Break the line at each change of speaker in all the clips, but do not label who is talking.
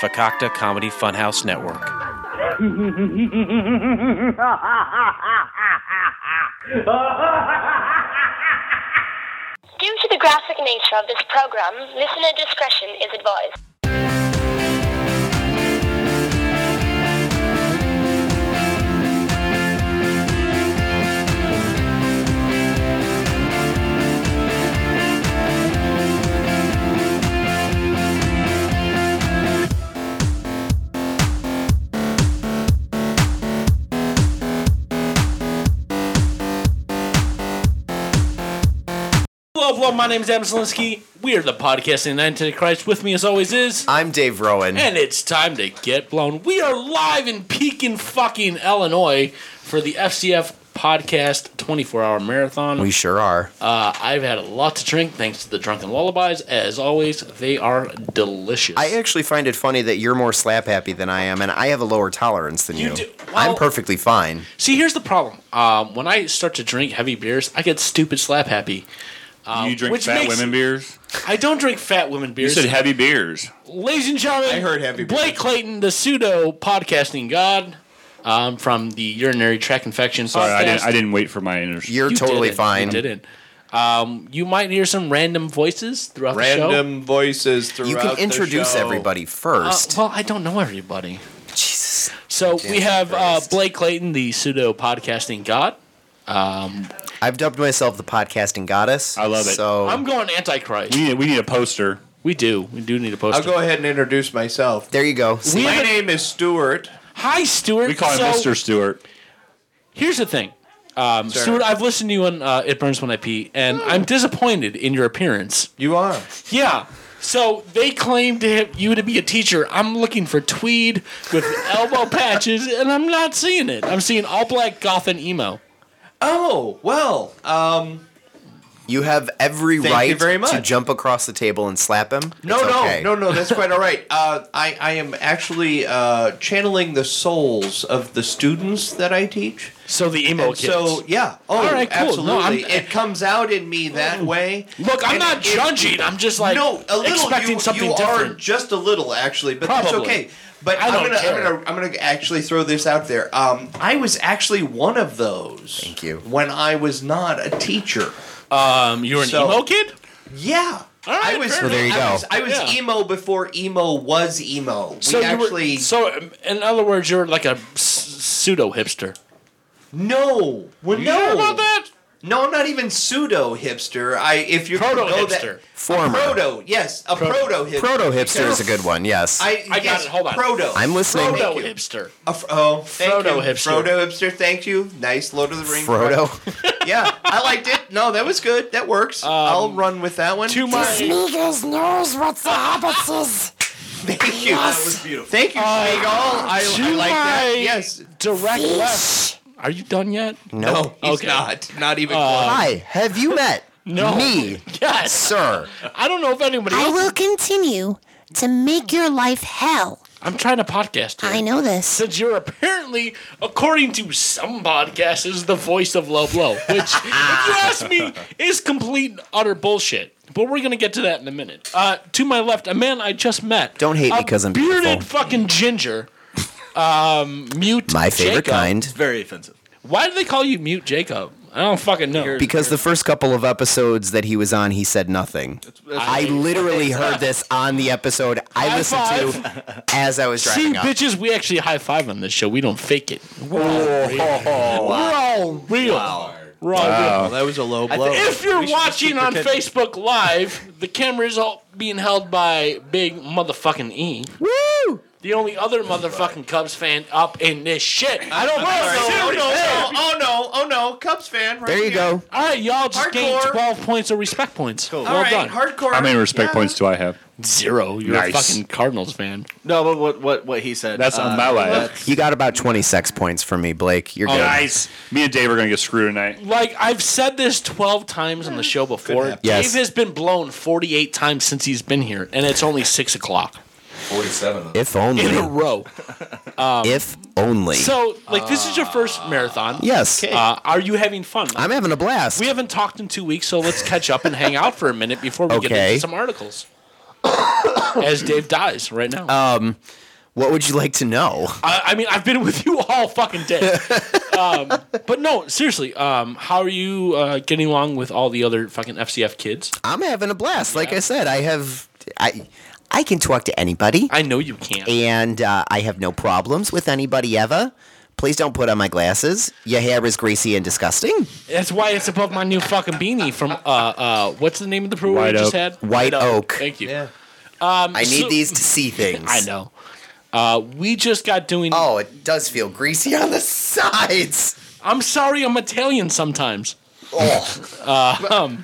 Fakakta Comedy Funhouse Network.
Due to the graphic nature of this program, listener discretion is advised.
Hello, everyone. My name is Adam Selinsky. We are the podcasting in the Antichrist. With me, as always, is.
I'm Dave Rowan.
And it's time to get blown. We are live in Pekin, fucking Illinois, for the FCF podcast 24 hour marathon.
we sure are.
Uh, I've had a lot to drink thanks to the drunken lullabies. As always, they are delicious.
I actually find it funny that you're more slap happy than I am, and I have a lower tolerance than
You
you.
do- well-
I'm perfectly fine.
See, here's the problem. Um, when I start to drink heavy beers, I get stupid slap happy.
you drink
which
fat
makes-
women beers?
I don't drink fat women
You
beers.
said heavy beers.
Ladies and gentlemen,
I heard heavy beer.
Blake Clayton, the pseudo podcasting god um, from the urinary tract infection
Sorry,
podcast.
I didn't. I didn't wait for my interest.
You're
You
totally
didn't.
fine.
You didn't. Um, you might hear some random voices throughout the show.
random voices throughout.
You can
the
introduce
show.
everybody
Uh,
first.
well, I don't know everybody.
Jesus.
So
Damn
we have uh,
Christ.
Blake Clayton, the pseudo podcasting god.
I've dubbed myself the podcasting goddess.
I love it.
So
I'm going Antichrist.
We need. We need a poster.
We do. We do need a poster.
I'll go ahead and introduce myself.
there you go.
We
My
have a-
name is Stuart.
Hi, Stuart.
We call him
So-
Mr. Stewart.
Here's the thing, um,
Sir.
Stuart. I've listened to you on uh, "It Burns When I Pee," and I'm disappointed in your appearance.
You are.
Yeah. So they claim to have you to be a teacher. I'm looking for tweed with elbow patches, and I'm not seeing it. I'm seeing all black goth and emo.
Oh well. Um,
You have every
Thank you
right
very
to
much.
jump across the table and slap him.
no,
It's
no,
okay.
no, no. That's quite all right. Uh, I I am actually uh, channeling the souls of the students that I teach.
So the emo
And
kids.
so yeah. Oh,
All right, cool.
absolutely.
No, I'm- Mm.
it comes out in me that way.
look, I'm
And
not
it-
judging. I'm just like
no, a little.
expecting
you,
something
you are
different.
just a little actually, but that's
Probably.
okay. But
I
I am
don't
gonna,
care.
I'm gonna, I'm gonna actually throw this out there. Um, I was actually one of those. Thank
you.
When I was not a teacher.
um, you're an
so-
emo kid.
Yeah.
All right,
I was.
fair Well,
there you
I
go.
was, I was
Yeah.
emo before emo was emo. We
So you were-
actually
so um, in other words, you're like a pseudo hipster.
no. Well,
You
no.
hear about that?
No, I'm not even pseudo hipster. I if you
Proto
know that-
hipster.
Former.
proto yes a proto hipster
Proto hipster is a good one. Yes.
I,
I got
yes,
it, hold on.
proto
I'm listening.
Proto.
Proto
Thank you.
hipster.
A fr- oh, thank
Frodo
you.
hipster.
Frodo hipster. Thank you. Nice Lord of the Rings.
Frodo.
yeah, I liked it. No, that was good. That works.
Um,
I'll run with that one.
To my
Sneakers knows what the habits is.
Thank you. That was beautiful. Thank you,
Um,
Schmeagle. I, I
to
like that.
my-
Yes.
direct left. Are you done yet?
No, he's
Okay. Um,
not. Not even
Hi. Have you met
No.
me,
Yes.
sir?
I don't know if anybody.
I
else-
will continue to make your life hell.
I'm trying to podcast. Here.
I know this.
since you're apparently, according to some podcasts, is the voice of low blow, which, if you ask me, is complete and utter bullshit. But we're gonna get to that in a minute. Uh, to my left, a man I just met.
Don't hate
a
me 'cause I'm
bearded
beautiful.
fucking ginger. Um, mute.
My favorite
Jacob.
kind.
very offensive.
Why do they call you mute Jacob? I don't fucking know.
Because the first couple of episodes that he was on, he said nothing. I literally heard this on the episode I
High
listened to as I was
See,
driving up.
bitches, we actually high five on this show. We don't fake it. We're all real. We're all real. We're all real.
Well, that was a low blow.
If you're watching on Facebook Live, the camera is all being held by big motherfucking E. Woo! The only other motherfucking Cubs fan up in this shit. I don't
oh,
know.
no, oh no! Oh no! Cubs fan. Right
There you
here.
go.
All right, y'all just gained
Hardcore.
12 points of respect points. Cool. Well
All right,
done.
hardcore.
How many respect
Yeah.
points do I have?
Zero. You're a
Nice.
fucking Cardinals fan.
No, but what what what he said. uh,
That's on my life.
that's-
You got about 20 sex points from me, Blake.
Oh,
You're good.
Nice. Me and Dave are gonna get screwed tonight.
Like, I've said this 12 times on the show before. Dave
Yes.
has been blown 48 times since he's been here, and it's only 6 o'clock.
Forty-seven.
If only. Um,
in a row.
if only.
So, like, this is your first marathon.
yes.
Uh, are you having fun?
I'm having a blast.
we haven't talked in two weeks, so let's catch up and hang out for a minute before we get
Okay.
into some articles. As Dave dies right now.
Uh, what would you like to know?
I, I mean, I've been with you all fucking day. um, but no, seriously, um, how are you uh, getting along with all the other fucking FCF kids?
I'm having a blast. Like I said, I have I I can talk to anybody
I know you can't.
and uh, I have no problems with anybody ever. Please don't put on my glasses. Your hair is greasy and disgusting.
That's why it's above my new fucking beanie from uh uh what's the name of the brewery
White
we just
Oak.
had?
White Oak.
Thank you.
Yeah.
I need
so-
these to see things.
I know. Uh, we just got doing.
Oh, it does feel greasy on the sides.
I'm sorry, I'm Italian sometimes.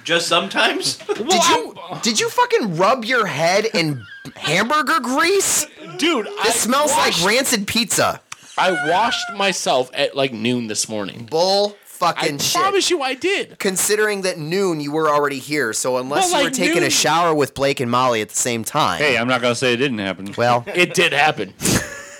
Just sometimes.
did you did you fucking rub your head in hamburger grease?
Dude,
This
I
smells
washed,
like rancid pizza.
I washed myself at like noon this morning.
Bull
I
fucking shit.
promise you, I did.
considering that noon you were already here, so unless
Well,
you were
like
taking
noon-
a shower with Blake and Molly at the same time.
Hey, I'm not gonna say it didn't happen.
Well,
It did happen.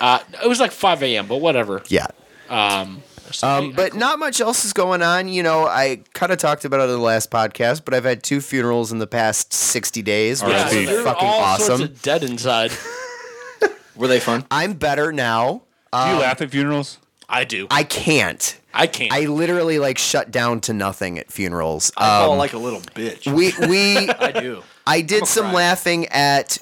uh, it was like 5 a.m., but whatever.
yeah. Um, but not much else is going on. You know, I kind of talked about it on the last podcast, but I've had two funerals in the past 60 days, which
yeah,
R.I.P.
is
you're
fucking
all
awesome.
sorts of dead inside.
Were they fun?
I'm better now.
Do you laugh at funerals?
I do. I,
I can't.
can't.
I literally like shut down to nothing at funerals.
I
Um,
fall like a little bitch.
we we
I do.
I did some laughing at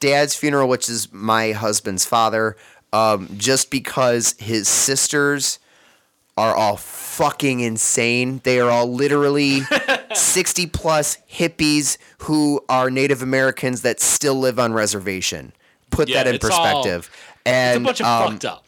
dad's funeral, which is my husband's father, um, just because his sisters are all fucking insane. They are all literally 60 plus hippies who are Native Americans that still live on reservation. Put
Yeah,
that in
it's all-
perspective.
it's a
and
bunch of
um,
fucked up.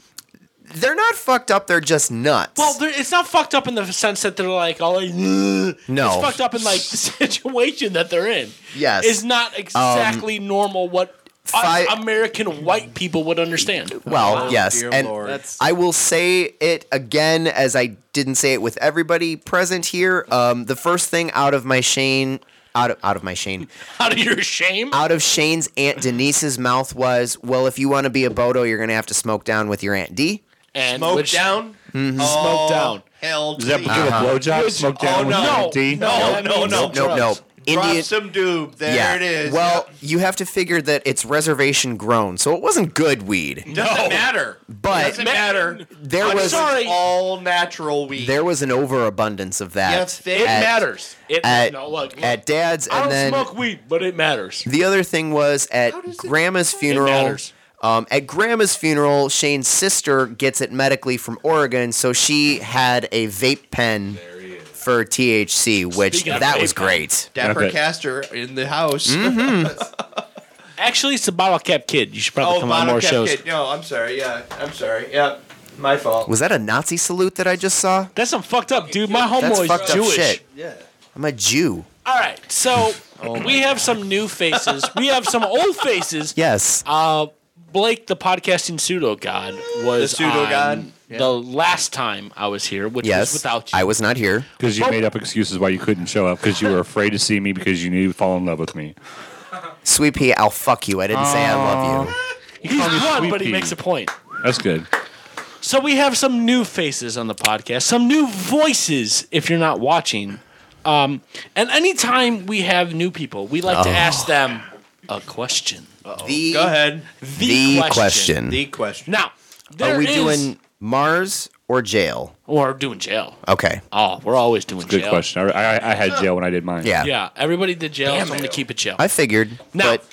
they're not fucked up, they're just nuts.
Well, they're- it's not fucked up in the sense that they're like all like. "Ugh."
No.
it's fucked up in like the situation that they're in.
Yes. Um,
it's not exactly normal what us
fi-
American white people would understand.
Well, yes,
Oh, dear
and
Lord. That's-
I will say it again as I didn't say it with everybody present here. Um, the first thing out of my Shane, out of, out of my Shane,
Out of your shame,
out of Shane's aunt Denise's mouth was, "Well, if you want to be a Bodo, you're gonna have to smoke down with your aunt D."
and
Smoke
which-
down.
smoke down.
Hell.
Does that
to
give
the-
a blowjob? Smoke down with
no.
your D?
No, no, no.
Nope, nope, nope.
Drop
Indian,
some doob. There
yeah.
it is.
Well, you have to figure that it's reservation grown, so it wasn't good
It
weed,
doesn't matter.
but
Doesn't matter.
there
I'm
was
sorry.
All natural weed.
there was an overabundance of that.
Yes, they-
It
At-
matters. It,
At,
no, look, look.
at dad's,
I
and
don't
then
smoke weed, but it matters.
The other thing was at grandma's funeral.
matters.
Um, at grandma's funeral, Shane's sister gets it medically from Oregon, so she had a vape pen for THC, which
Speaking of
that
vape
was
pen.
great.
Dapper
Okay.
Caster in the house.
Actually, it's the bottle cap kid. You should
Oh,
probably come on
Bottle
more
Cap
shows.
Kid. Oh, No, I'm sorry. Yeah, I'm sorry. Yeah, my fault.
Was that a Nazi salute that I just saw?
That's some fucked up, dude. My
That's
homeboy's
fucked
Jewish.
up shit. Oh I'm a Jew.
All right, so we have some new faces. we have some old faces.
Yes.
Uh, Blake, the podcasting pseudo god, was
The pseudo god,
on the last time I was here, which
yes.
was without you.
I was not here.
Because you made up excuses why you couldn't show up because you were afraid to see me because you knew you'd fall in love with me.
Sweet pea, I'll fuck you. I didn't say I love you.
He's one,
Sweet
but he
Pea.
makes a point.
That's good.
So we have some new faces on the podcast, some new voices. If you're not watching, um, and anytime we have new people, we like to
Oh.
ask them a question.
The,
Go ahead.
the question.
The question.
Now,
Are
there
we
is-
doing Mars or jail?
or doing jail?
Okay.
Oh, we're always doing
Good
jail.
question. I, I, I had jail when I did mine.
Yeah.
Yeah, everybody did jail. so I'm gonna keep it jail.
I figured.
now,
but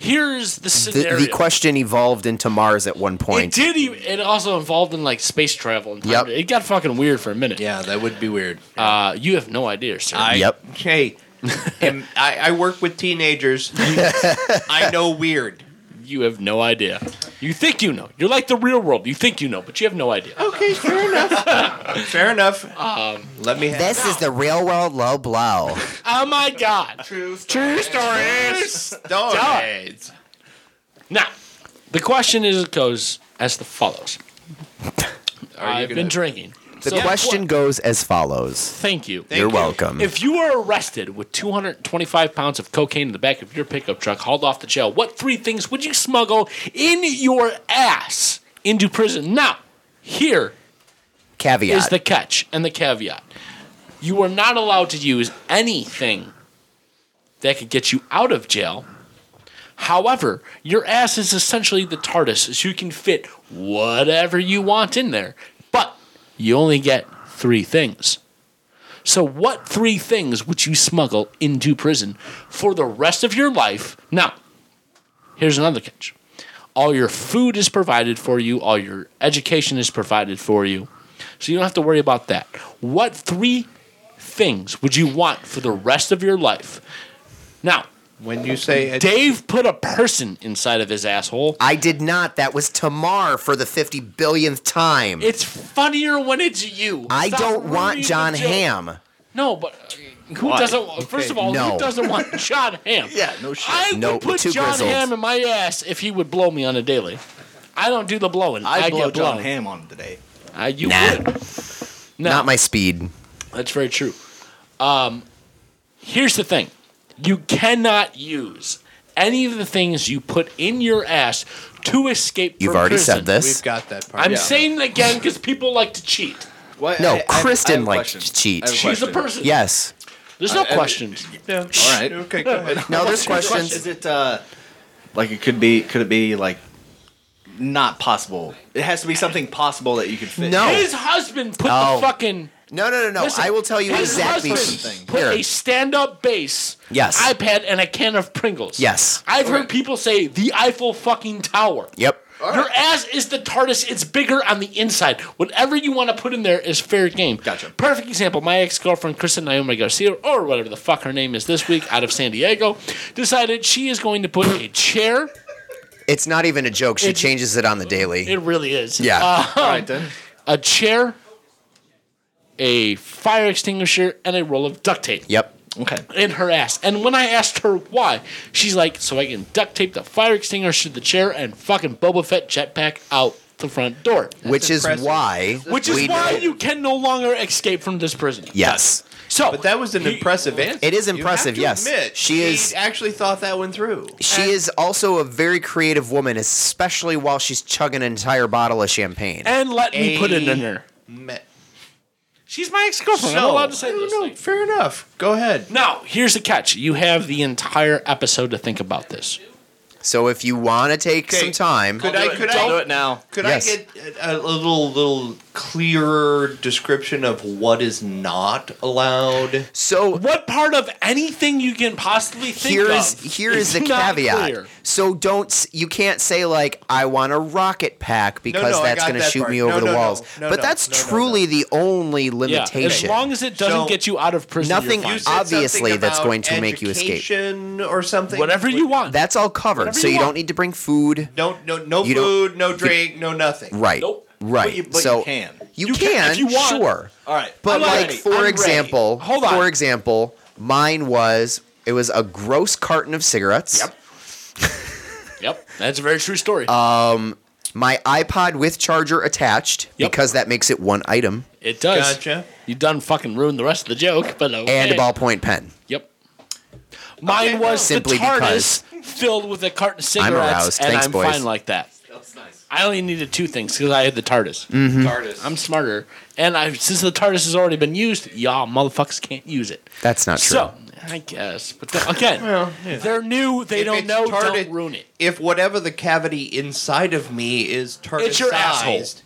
here's the
the,
scenario.
the question evolved into Mars at one
It
point.
did. e- It also involved in like space travel. And time
Yep.
tra- It got fucking weird for a minute.
Yeah, that would be weird.
Uh, you have no idea, sir.
I,
Yep.
Hey, am- I, I work with teenagers. I know weird.
you have no idea. You think you know. You're like the real world. You think you know, but you have no idea.
Okay, fair enough. fair enough. Um, Let me. Have
This is the real world low blow.
Oh my god.
true stories. stories.
Now, the question is it goes as the follows.
Are you
I've
gonna-
been drinking.
The
So-
question goes as follows.
Thank you.
You're welcome.
If you were arrested with 225 pounds of cocaine in the back of your pickup truck, hauled off to jail, what three things would you smuggle in your ass into prison? Now, here
Caveat.
is the catch and the caveat. You are not allowed to use anything that could get you out of jail. However, your ass is essentially the TARDIS, so you can fit whatever you want in there. But you only get three things. So, what three things would you smuggle into prison for the rest of your life? Now, here's another catch all your food is provided for you, all your education is provided for you. So you don't have to worry about that. What three things would you want for the rest of your life? Now,
When you say it,
Dave put a person inside of his asshole.
I did not. That was Tamar for the 50 billionth time.
It's funnier when it's you.
I
Stop
don't
ruining
want
the
John
joke.
Ham.
No, but uh, who doesn't? want First of all,
No.
who doesn't want John Ham?
Yeah, no shit.
I
No,
would put
too
John
grizzled.
Ham in my ass if he would blow me on a daily. I don't do the blowing. I,
I, blow
get
John
blown.
Ham on him today.
I, you
Nah.
would. No.
Not my speed.
That's very true. Um, here's the thing you cannot use any of the things you put in your ass to escape.
You've
from
already
prison.
said this.
we've got that part.
I'm
Yeah.
saying it again because people like to cheat.
What?
No,
I- I- I have-
Kristen
I have a
likes
question.
to cheat.
I have
She's a
question.
person.
Yes.
There's no
I- I-
questions.
All right.
Okay, go ahead.
No, there's
What's your question?
questions.
Is it uh, like it could be? Could it be like not possible? It has to be something possible that you could fit.
No.
His husband put
No.
the fucking.
No, no, no, no.
Listen,
Oh. I will tell you
his
exactly.
husband Put
Here.
a stand-up bass,
Yes.
iPad, and a can of Pringles.
Yes.
I've heard people say the Eiffel fucking Tower.
Yep.
Your ass is the TARDIS. It's bigger on the inside. Whatever you want to put in there is fair game.
Gotcha.
Perfect example. My ex girlfriend, Kristen Naomi Garcia, or whatever the fuck her name is this week, out of San Diego, decided she is going to put a chair.
It's not even a joke. She
It-
changes it on the daily.
It really is. uh,
Yeah.
All right then.
A chair, a fire extinguisher, and a roll of duct tape.
Yep.
Okay.
in her ass. And when I asked her why, she's like, so I can duct tape the fire extinguisher to the chair and fucking Boba Fett jetpack out the front door.
Which is
impressive.
why.
Which is
we
why
know-
you can no longer escape from this prison.
Yes.
So,
But that was an impressive answer.
It is
You have
impressive,
to
yes.
admit,
She is-
actually thought that one through.
She is also a very creative woman, especially while she's chugging an entire bottle of champagne.
and let me put it in her.
Me-
She's my ex girlfriend. I'm
So,
allowed to say
I don't
those
know,
things.
Fair enough. Go ahead.
Now, here's the catch. You have the entire episode to think about this.
So if you want to take
Okay.
some time,
Could
I'll
I-
do it-
could
I'll
I-
do it now?
Could
Yes.
I get a, a little little clearer description of what is not allowed?
so
What part of anything you can possibly think
here
of?
is here is the
not
caveat.
clear.
So don't s- you can't say like I want a rocket pack because
no, I
that's
got
going to
that
shoot
part.
me
No,
over
no,
the
no.
walls.
No,
but
no,
that's
no, no, no.
truly the only
Yeah, as
limitation.
long as it doesn't
So,
get you out of prison, you're
nothing
fine.
You said
Obviously,
something
that's
about
going to make you escape.
education or something.
whatever you want.
that's all covered.
Whatever
So
you
you don't
want.
need to bring food.
No, no, no
You don't-
food, no drink, no nothing.
Right.
Nope.
Right.
But you- but you
so
can.
You,
You can
can,
if you want.
sure.
All right.
But
I'm
like
ready.
for
I'm ready.
example,
Hold on.
for example, mine was it was a gross carton of cigarettes.
Yep. Yep, that's a very true story.
Uh,
My iPod with charger attached
Yep.
because that makes it one item
it does.
Gotcha.
You done fucking ruined the rest of the joke, but okay.
and a ballpoint pen.
Yep. Mine
Okay,
was
Simply
the TARDIS filled with a carton of cigarettes,
aroused.
and
Thanks,
I'm
boys.
fine like that. I only needed two things because I had the TARDIS.
Mm-hmm.
I'm smarter, and I since the TARDIS has already been used, y'all motherfuckers can't use it.
That's not true.
So I guess, but then, again, they're new. They
If
don't
it's
know.
tarted-
don't ruin it.
If whatever the cavity inside of me is TARDIS
It's your asshole.
sized,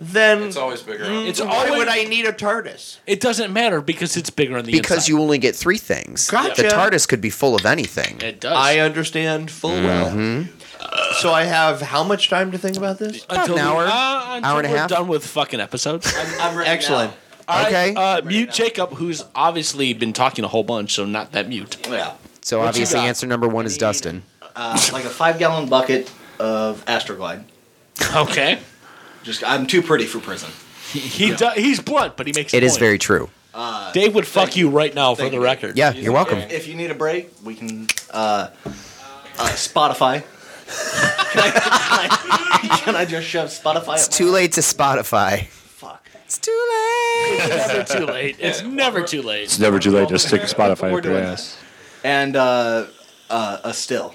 then
It's always bigger. on-
It's
mm, why
always
would I need a TARDIS?
It doesn't matter because it's bigger on the
because
inside.
you only get three things.
Gotcha.
The TARDIS could be full of anything.
It does.
I understand full well.
Mm-hmm.
So I have how much time to think about this?
until
An
we,
hour?
uh, until
Hour and a
we're
half?
done with fucking episodes.
I'm, I'm ready
Excellent.
All right,
Okay.
Uh, mute Jacob, who's obviously been talking a whole bunch, so not that mute.
Now. Yeah.
so
you
obviously,
got?
answer number one is Dustin.
Uh, like a five gallon bucket of Astroglide.
Okay.
Just I'm too pretty for prison.
He do, he's blunt, but he makes.
It
a
is
point.
very true.
Dave would fuck you right now for
Thank
the
you.
record.
Yeah, you're welcome.
If, if you need a break, we can uh, uh, Spotify. can, I, can, I, can I just shove Spotify?
It's too late to Spotify.
Fuck.
It's too late.
never too late. It's never too late.
It's never too late to stick Spotify
We're
up your
doing
ass.
and uh, uh, a still.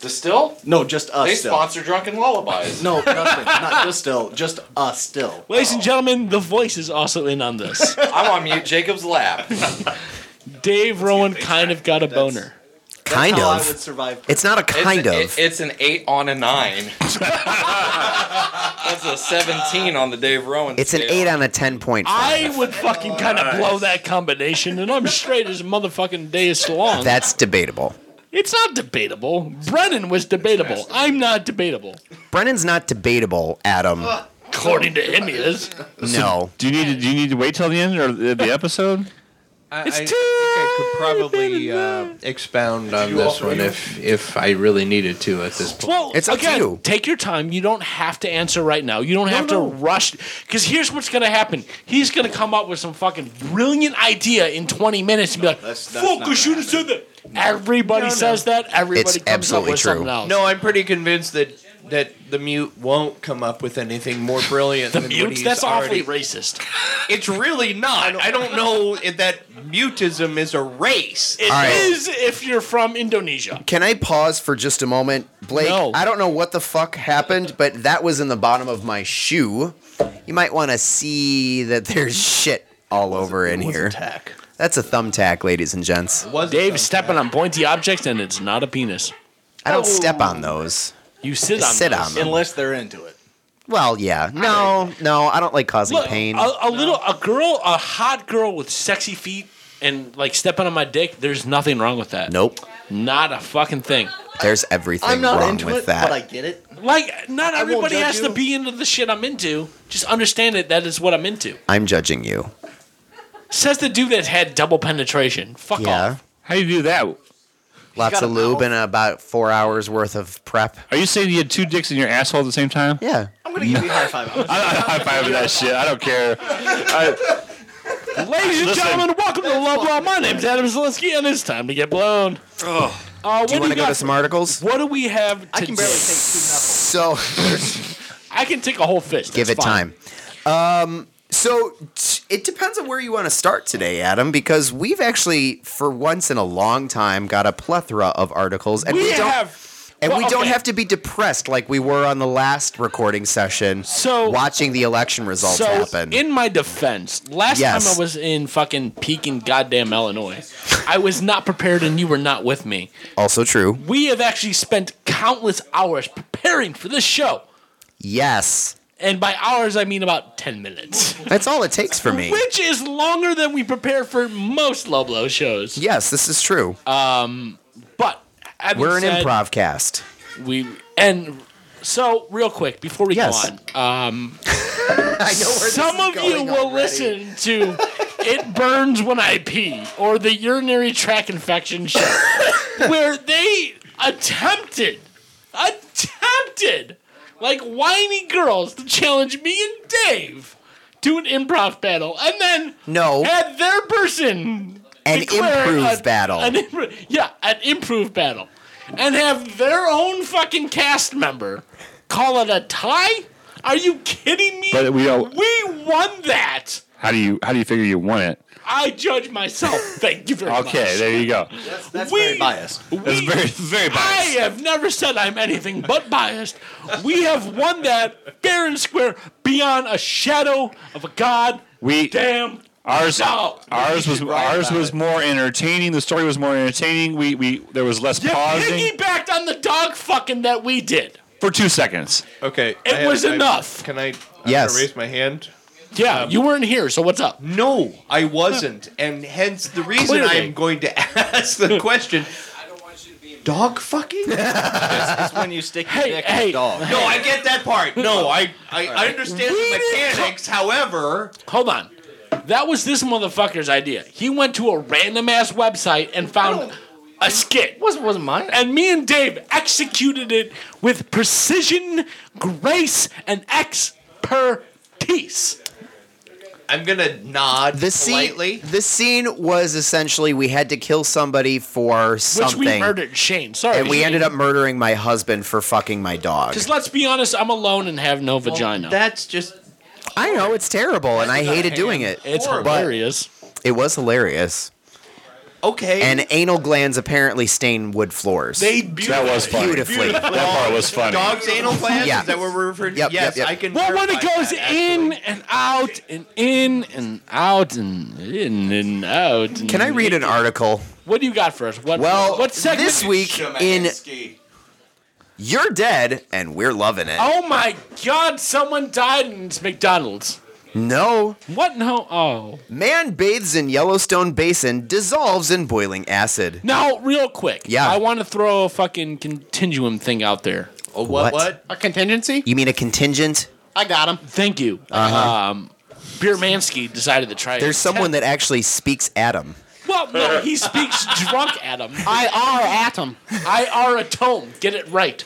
Distill?
No, just us.
They
still.
sponsor Drunken Lullabies.
No, nothing. not just still. Just us still.
Ladies and gentlemen, the voice is also in on this.
I'm on mute Jacob's lap.
Dave Rowan kind of got a boner.
That's
Kind
how I would
of.
survive.
It's not a kind
it's, it-
of.
it's an eight on a nine. That's a seventeen on the Dave Rowan.
it's an
scale.
eight on a ten point. for me.
I would fucking kind of blow that combination, and I'm straight as a motherfucking day is long.
That's debatable.
It's not debatable. Brennan was debatable. I'm not debatable.
Brennan's not debatable, Adam.
Uh,
According to him, he is.
No.
Do you need to, do you need to wait till the end or the, the episode?
I,
It's
I
too-
think I could probably uh, expound on this one if if I really needed to at this point.
Well,
It's up to
again,
you.
take your time. You don't have to answer right now. You don't have to rush. Because here's what's going to happen. He's going to come up with some fucking brilliant idea in 20 minutes and be like,
that's- that's
fuck,
not
I
gonna
should have said that. Everybody says that. Everybody
It's
comes
absolutely
up with
true.
something else.
No, I'm pretty convinced that that the mute won't come up with anything more brilliant
the
than what
mutes?
he's
That's
already.
awfully racist.
It's really not. I don't know if that mutism is a race.
It is
right.
if you're from Indonesia.
Can I pause for just a moment, Blake?
No.
I don't know what the fuck happened, but that was in the bottom of my shoe. You might want to see that there's shit all over in here.
Attack.
That's a thumbtack, ladies and gents.
Was
Dave's stepping on pointy objects, and it's not a penis.
I don't step on those.
You sit
I
on
sit
those.
on them.
Unless they're into it.
Well, yeah. No, no, I don't like causing
Look,
pain.
A, a little, a girl, a hot girl with sexy feet and like stepping on my dick. There's nothing wrong with that.
nope.
Not a fucking thing.
There's everything
I'm not
wrong
into
with
it,
that.
but I get it.
Like, not
won't
everybody
judge
has to
you.
be into the shit I'm into. Just understand it. That is what I'm into.
I'm judging you.
Says the dude that's had double penetration. Fuck
Yeah.
off.
How do you do that?
Lots
Oh, got
of
a
lube
mouth.
and about four hours worth of prep.
Are you saying you had two dicks in your asshole at the same time?
Yeah.
I'm gonna give you a high five. I'm
I don't high five that shit. I don't care. I,
Ladies and
Listen.
gentlemen, welcome to Love Law. My name's Adam Zelinsky, and it's time to get blown. Uh, what
Do you want to go
got
to some articles?
What do we have?
I can
today?
barely take two
So.
knuckles.
I can take a whole fist.
give
That's
it
fine.
time. Um, so t- it depends on where you want to start today, Adam, because we've actually, for once in a long time, got a plethora of articles, and
We,
we, don't,
have,
and we
well,
don't
okay.
have to be depressed like we were on the last recording session,
So-
watching the election results
so
happen.
in my defense, last
Yes.
time I was in fucking Pekin, goddamn Illinois, I was not prepared, and you were not with me.
also true.
We have actually spent countless hours preparing for this show,
Yes,
and by hours I mean about ten minutes,
that's all it takes for me.
which is longer than we prepare for most Loblo shows.
Yes, this is true.
But having
We're an
said,
improv cast.
We and so real quick before we
Yes.
go on.
I know where
Some of you will listen to It Burns When I Pee or the urinary tract infection show, where they attempted, attempted, like whiny girls, to challenge me and Dave to an improv battle and then
No.
had their person
An
declare
improv
a-
battle.
an impro- yeah, an improv battle. And have their own fucking cast member call it a tie? Are you kidding me?
But we don't-
We won that.
how do you how do you figure you won it?
I judge myself. Thank you very much.
Okay, there you go.
That's
We-
very biased.
That's
We-
very very
I
biased.
have never said I'm anything but biased. We have won that fair and square beyond a shadow of a god.
We
Damn.
ours
No.
ours was ours
about
was more entertaining. The story was more entertaining. We we there was less
You
pausing
piggybacked on the dog fucking that we did.
for two seconds.
Okay,
It was
I-
enough.
Can I? I'm
Yes.
gonna Raise my hand.
Yeah, you weren't here, so what's up?
No, I wasn't, and hence the reason
Clearly.
I'm going to ask the question. Dog fucking? No,
That's when you stick your
Hey,
dick in
hey.
a dog.
I get that part. No, I I, I understand
We
the
didn't
mechanics. However,
Hold on. That was this motherfucker's idea. He went to a random ass website and found a skit.
wasn't wasn't mine.
And me and Dave executed it with precision, grace, and expertise.
I'm gonna nod
The scene,
politely.
the scene was essentially we had to kill somebody for
Which
something,
we murdered Shane. Sorry.
and we ended up murdering my husband for fucking my dog.
Because let's be honest, I'm alone and have no vagina.
That's just
I know it's terrible, and I hated doing it.
It's
Horrible.
hilarious.
It was hilarious.
Okay.
And anal glands apparently stain wood floors.
they beautiful.
That was funny.
Beautifully.
That part was funny.
Dog's anal glands?
Yeah.
Is that what we're referring to?
Yep, yep,
yes,
yep.
I can.
Well, when it
verify
goes
that,
in
actually.
and out and in and out and in and out. And
Can I read an article?
What do you got for us? What,
Well,
what segment?
this week in
Shemansky.
You're Dead and We're Loving It.
Oh my God! Someone died in McDonald's.
No,
What? No. Oh.
man bathes in Yellowstone Basin, dissolves in boiling acid.
Now, real quick.
Yeah.
I want to throw a fucking continuum thing out there.
Oh,
What?
what? What?
A contingency?
You mean a contingent?
I got him.
Thank you. Uh-huh. Um, Biermansky decided to try.
There's someone that actually speaks at him.
Well, no, he speaks drunk, Adam.
I are at him.
I are a tome. Get it right.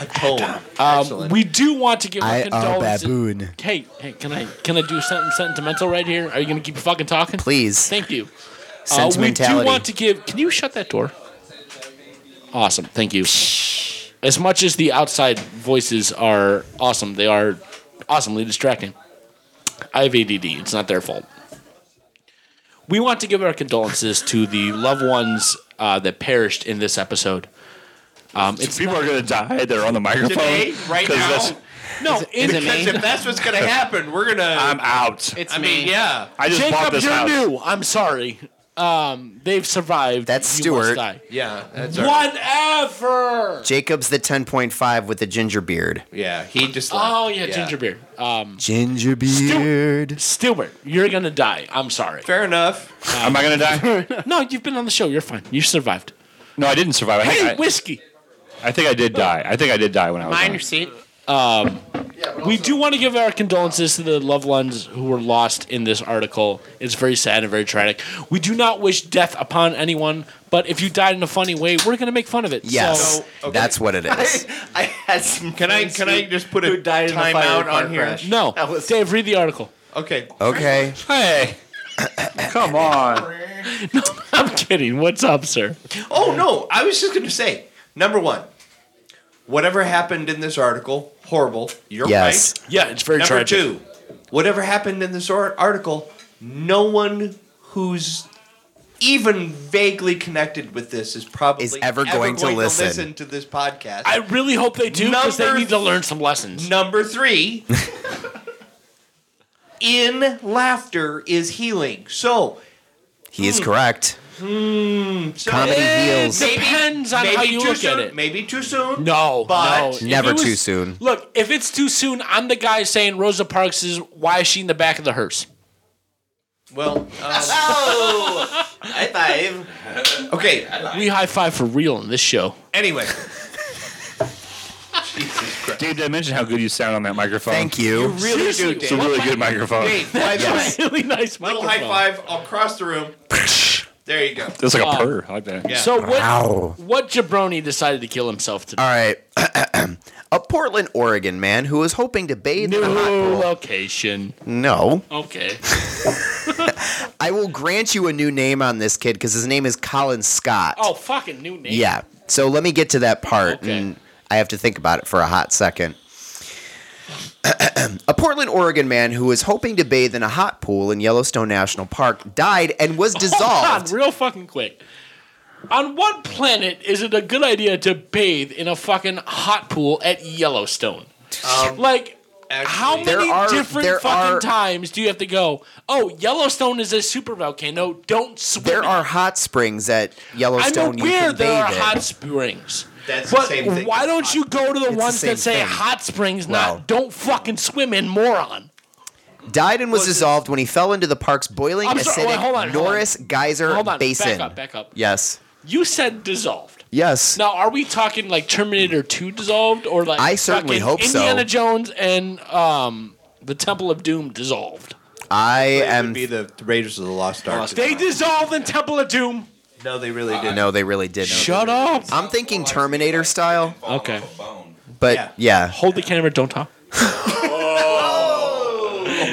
A tone.
Um, we do want to give our condolences.
baboon.
Hey, hey, can I can I do something sentimental right here? Are you gonna keep fucking talking?
Please.
Thank you. Uh, we do
Sentimentality.
want to give. Can you shut that door? Awesome. Thank you. As much as the outside voices are awesome, they are awesomely distracting. I have ADD. It's not their fault. We want to give our condolences to the loved ones uh, that perished in this episode. Um, it's
People are gonna die. They're on the microphone.
Today, right
'Cause
now?
that's-
no, it's
Because if that's what's going to happen, we're going
I'm
Um,
to.
out.
It's
I
me.
mean, yeah.
I just bought
Jacob,
this
you're
house.
new. I'm sorry. Um, they've survived.
That's
You must
Stuart.
die.
Yeah. That's our-
Whatever.
Jacob's the 10.5 with the ginger beard.
Yeah. He just. Left.
Oh yeah, ginger beer. Um,
Ginger beard.
Stuart, you're gonna die. I'm sorry.
Fair enough.
Am I gonna die?
No, you've been on the show. You're fine. You survived.
No, I didn't survive. I
Hey,
think I,
whiskey.
I think I did die. I think I did die when I was.
Mind
on.
your seat.
We do want to give our condolences to the loved ones who were lost in this article. It's very sad and very tragic. We do not wish death upon anyone, but if you died in a funny way, we're gonna make fun of it.
Yes,
So,
that's what it is.
I had some.
Can I
friends
can
who-
I just put a
who died in a
timeout
fire
on
car
here?
crash.
no,
That was-
Dave, read the article.
Okay.
Okay.
Hey, come on.
I'm kidding. What's up, sir?
Oh no, I was just going to say number one, whatever happened in this article, horrible. You're
Yes.
right.
Yeah, it's very
Number
tragic.
two, whatever happened in this ar- article, no one who's even vaguely connected with this is probably
Is ever going to listen.
to this podcast.
I really hope they do because they
Number
need to learn some lessons.
Number three, in laughter is healing. So,
He is correct.
so
Comedy heals.
eh, Maybe-
Depends on
maybe
how you
too
look
soon,
at it.
Maybe too soon.
No,
But-
no. If
Never
it was-
too soon.
Look, if it's too soon, I'm the guy saying Rosa Parks is why is she in the back of the hearse?
Well, um,
Oh!
High five.
okay.
We high five for real in this show.
Anyway,
Dave, did I mention how good you sound on that microphone?
Thank you.
really do,
It's a really good microphone.
Dave, high five.
really nice
Little
microphone.
high five across the room. There you go.
It's like a purr. I like that.
Yeah.
So what?
Wow. Uh,
What jabroni decided to kill himself today?
All right. a Portland, Oregon man who was hoping to bathe in a hot
New
pool.
location.
No.
Okay.
I will grant you a new name on this kid because his name is Colin Scott.
Oh, fucking new name.
Yeah. So let me get to that part,
Okay.
and I have to think about it for a hot second. a Portland, Oregon man who was hoping to bathe in a hot pool in Yellowstone National Park died and was
Oh, Hold on,
dissolved.
real fucking quick. On what planet is it a good idea to bathe in a fucking hot pool at Yellowstone?
Um,
like, how many
There are-
different
there
fucking
are-
times do you have to go? Oh, Yellowstone is a super volcano. Don't swim.
there
in
are hot springs at
I'm
Yellowstone. you
aware
can
there are
bathe in.
hot springs.
That's the
but
same thing
why
as
don't you go to the
the
ones
same
that say
thing.
hot springs,
Wow.
not don't fucking swim in, moron?
died and was dissolved when he fell into the park's boiling
I'm
acidic
sorry, wait, hold on, hold on.
Norris Geyser
Hold on,
Basin.
back up, back up.
Yes.
You said dissolved.
Yes.
Now, are we talking like Terminator 2 dissolved or like
I certainly
fucking
hope so.
Indiana Jones and um, the Temple of Doom dissolved?
I
It
am.
would be the Raiders of the Lost Ark.
They dissolved in Temple of Doom.
No, they really didn't.
No, they really did. not
Shut up.
I'm thinking Terminator style,
Okay.
but
Yeah.
yeah.
Hold the camera, don't talk.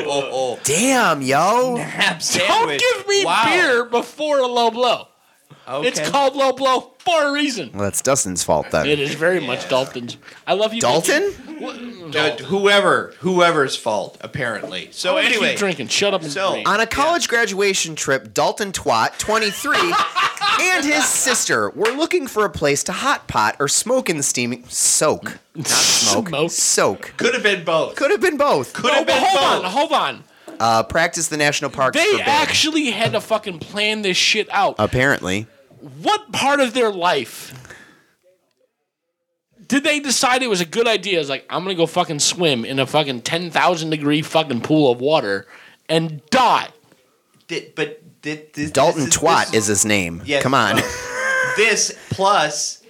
Oh, oh.
Damn, yo.
Ham
Don't
oh, sandwich.
give me
Wow.
beer before a low blow. It's called low blow for a reason.
Well, that's Dustin's fault then.
It is very much Dalton's. I love you,
Dalton?
Uh, whoever, whoever's fault, apparently. So
Anyway,
anyway,
keep drinking. Shut up and
So-
drink.
On a college graduation trip, Dalton Twat, 23, and his sister were looking for a place to hot pot or smoke in the steaming soak. Not smoke.
Smoke.
Soak.
could have been both.
Could have been both.
Could
Oh,
have
but
been
hold
both.
on, hold on.
Uh, practice the national parks
They
forbid.
actually had to fucking plan this shit out.
Apparently.
what part of their life did they decide it was a good idea? It's like I'm gonna go fucking swim in a fucking ten thousand degree fucking pool of water and die.
Did, but did, this,
Dalton
this
Twat
this
is his name.
Yes.
Come on.
Oh.
this plus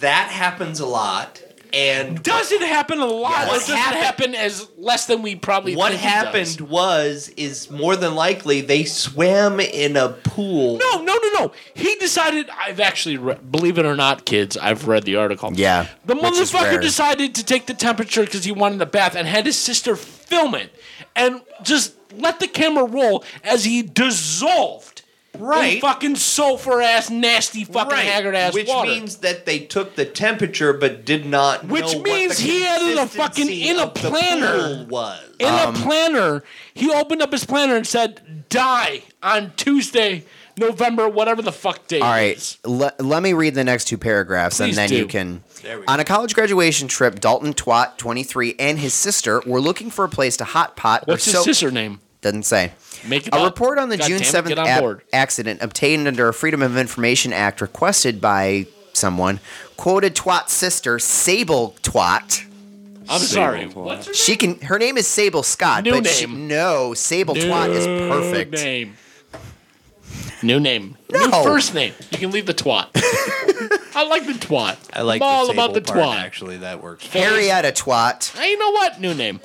that happens a lot. And
Does it happen a lot?
Yes.
Or does it happen as less than we probably?
what
think it
happened
does?
was is more than likely they swam in a pool.
No, no, no, no. He decided. I've actually re- believe it or not, kids. I've read the article.
Yeah,
The
which is rare.
motherfucker decided to take the temperature because he wanted a bath and had his sister film it and just let the camera roll as he dissolved.
Right.
In fucking sulfur ass, nasty fucking haggard ass
which
water.
means that they took the temperature but did not.
Which
know what
means
the
he added a
consistency
fucking- in a
of the
planner.
pool was.
in
um,
a planner, he opened up his planner and said, "Die on Tuesday, November, whatever the fuck day."
All
it
right.
is."
Le- let me read the next two paragraphs
Please
and then
do.
you can.
There we go.
On a college graduation trip, Dalton Twat, 23, and his sister were looking for a place to hot pot
What's
or
his
soak.
sister name?
Doesn't say.
Make it
A
up.
report on the
God
June
damn it,
7th
get on
ap-
board.
accident obtained under a Freedom of Information Act requested by someone quoted Twat's sister, Sable Twat.
I'm sorry.
Sable.
What's her
She can her name is Sable Scott,
New
but she-
name.
no, Sable Twat is perfect.
name? New name. New
No.
first name. You can leave the twat. I like the twat.
I like
I'm all
the
about the
Sable part,
twat.
Actually, that works.
Harrietta Twat.
Hey, you know what? New name.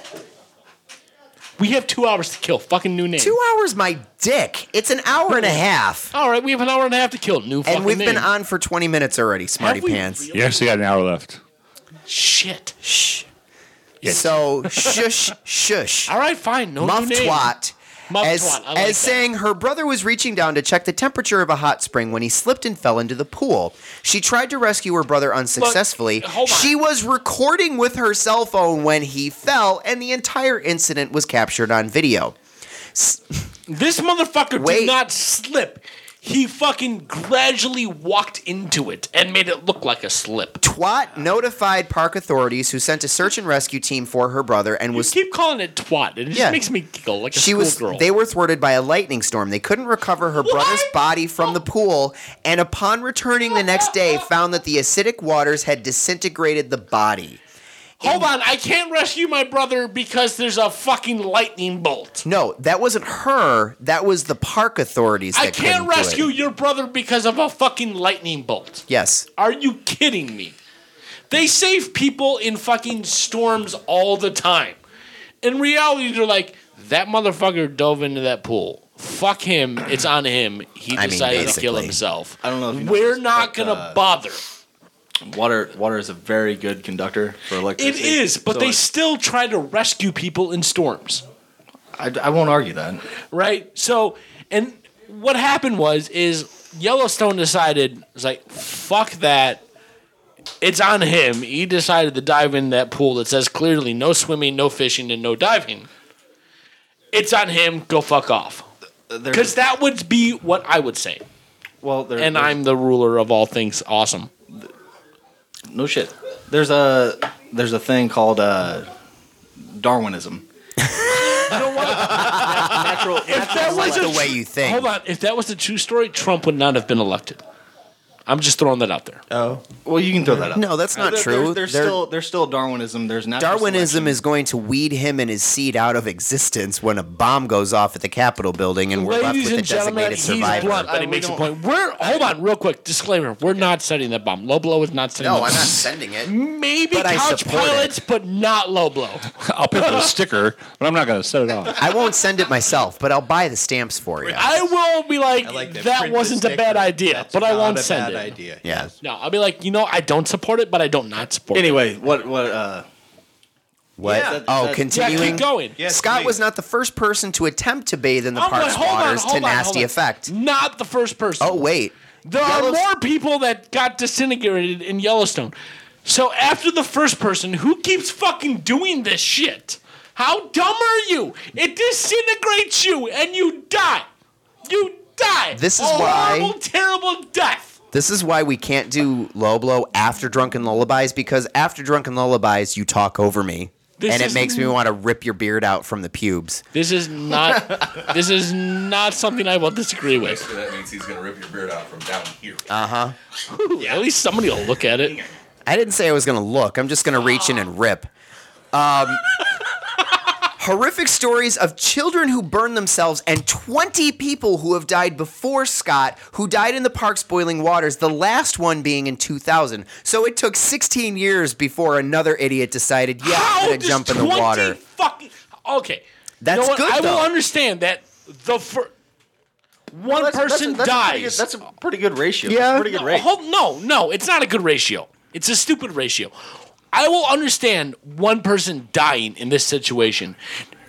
We have two hours to kill. Fucking new name.
Two hours, my dick. It's an hour and a half.
All right, we have an hour and a half to kill. New fucking
And we've
name.
been on for 20 minutes already, smarty
we
pants.
You actually got an hour left.
Shit.
Shh.
Yes.
So, shush, shush.
All right, fine. No
Muff
new name.
twat.
Muff
as,
twat, I like
as
that.
saying her brother was reaching down to check the temperature of a hot spring when he slipped and fell into the pool. She tried to rescue her brother unsuccessfully.
hold on.
she was recording with her cell phone when he fell, and the entire incident was captured on video.
This motherfucker
Wait.
did not slip. He fucking gradually walked into it and made it look like a slip.
Twat notified park authorities, who sent a search and rescue team for her brother, and was
Keep calling it twat. It just
Yeah.
makes me giggle like a
She was.
schoolgirl.
They were thwarted by a lightning storm. They couldn't recover her brother's
What?
body from the pool, and upon returning the next day, found that the acidic waters had disintegrated the body.
Hold on, I can't rescue my brother because there's a fucking lightning bolt.
No, that wasn't her. That was the park authorities. That
I can't
couldn't do it.
rescue your brother because of a fucking lightning bolt.
Yes,
Are you kidding me? They save people in fucking storms all the time. In reality, they're like, that motherfucker dove into that pool. Fuck him. It's on him. He
I mean,
decided to kill
basically.
himself.
I don't know if you know
We're
this,
not
but,
gonna
uh,
bother.
Water water is a very good conductor for
It
electricity.
is, but
So
they
it-
still try to rescue people in storms.
I, I won't argue that.
right? So, and what happened was is Yellowstone decided it's like fuck that. It's on him. He decided to dive in that pool that says clearly no swimming, no fishing, and no diving. It's on him. Go fuck off.
There's-
Because that would be what I would say.
well, there,
And
there's-
I'm the ruler of all things awesome.
no shit. There's a there's a thing called uh, Darwinism. natural,
If that was
the way you think.
Hold on. If that was the true story, Trump would not have been elected. I'm just throwing that out there.
Oh,
well, you can throw that up.
No, that's not
There-
true.
There's,
There-
there's still there's still Darwinism. There's natural
Darwinism
selection.
is going to weed him and his seed out of existence when a bomb goes off at the Capitol building, and we're left
Ladies
with a
and gentlemen,
designated
he's
survivor.
blunt, but he
we
makes a
don't-
point. We're hold on, real quick. Disclaimer: We're not setting that bomb. Low blow is not setting.
No,
that
I'm not
bomb.
sending it.
Maybe
but I
couch
support it.
pilots, but not low blow.
I'll pay for the sticker, but I'm not going to set it off.
I won't send it myself, but I'll buy the stamps for you.
I will be like,
like that.
that
Print the
wasn't a
sticker.
bad idea, but I won't send it.
Idea.
Yeah.
No, I'll be like, you know, I don't support it, but I don't not support
Anyway, what what uh,
What?
Yeah.
oh,
it.
That-
Yeah,
continuing.
keep going.
Yes,
Scott
please.
was not the first person to attempt to bathe in the
I'm like,
park's
hold on,
waters
hold
to
on, hold
nasty
on.
effect.
Not the first person.
Oh wait,
There are more people that got disintegrated in Yellowstone. So after the first person, who keeps fucking doing this shit? How dumb are you? It disintegrates you and you die. You die.
This
A
is why-
horrible, terrible death.
This is why we can't do low blow after drunken lullabies because after drunken lullabies you talk over me
This
and it
is-
makes me want to rip your beard out from the pubes.
This is not. this is not something I will disagree with.
So that means he's gonna rip your beard out from down here.
Uh-huh.
At least somebody will look at it.
I didn't say I was going to look. I'm just going to reach in and rip. Um, horrific stories of children who burn themselves and 20 people who have died before Scott who died in the park's boiling waters, the last one being in 2000. So it took 16 years before another idiot decided, yeah, I'm
How
going to
does
jump in the
20
water.
Fucking okay.
That's
You know what?
good,
I
though.
will understand that the fir- one
That's- that's-
person
that's a pretty
dies.
good- that's a pretty good ratio.
Yeah.
That's a pretty good
no,
rate.
hold- no, no, it's not a good ratio. It's a stupid ratio. I will understand one person dying in this situation.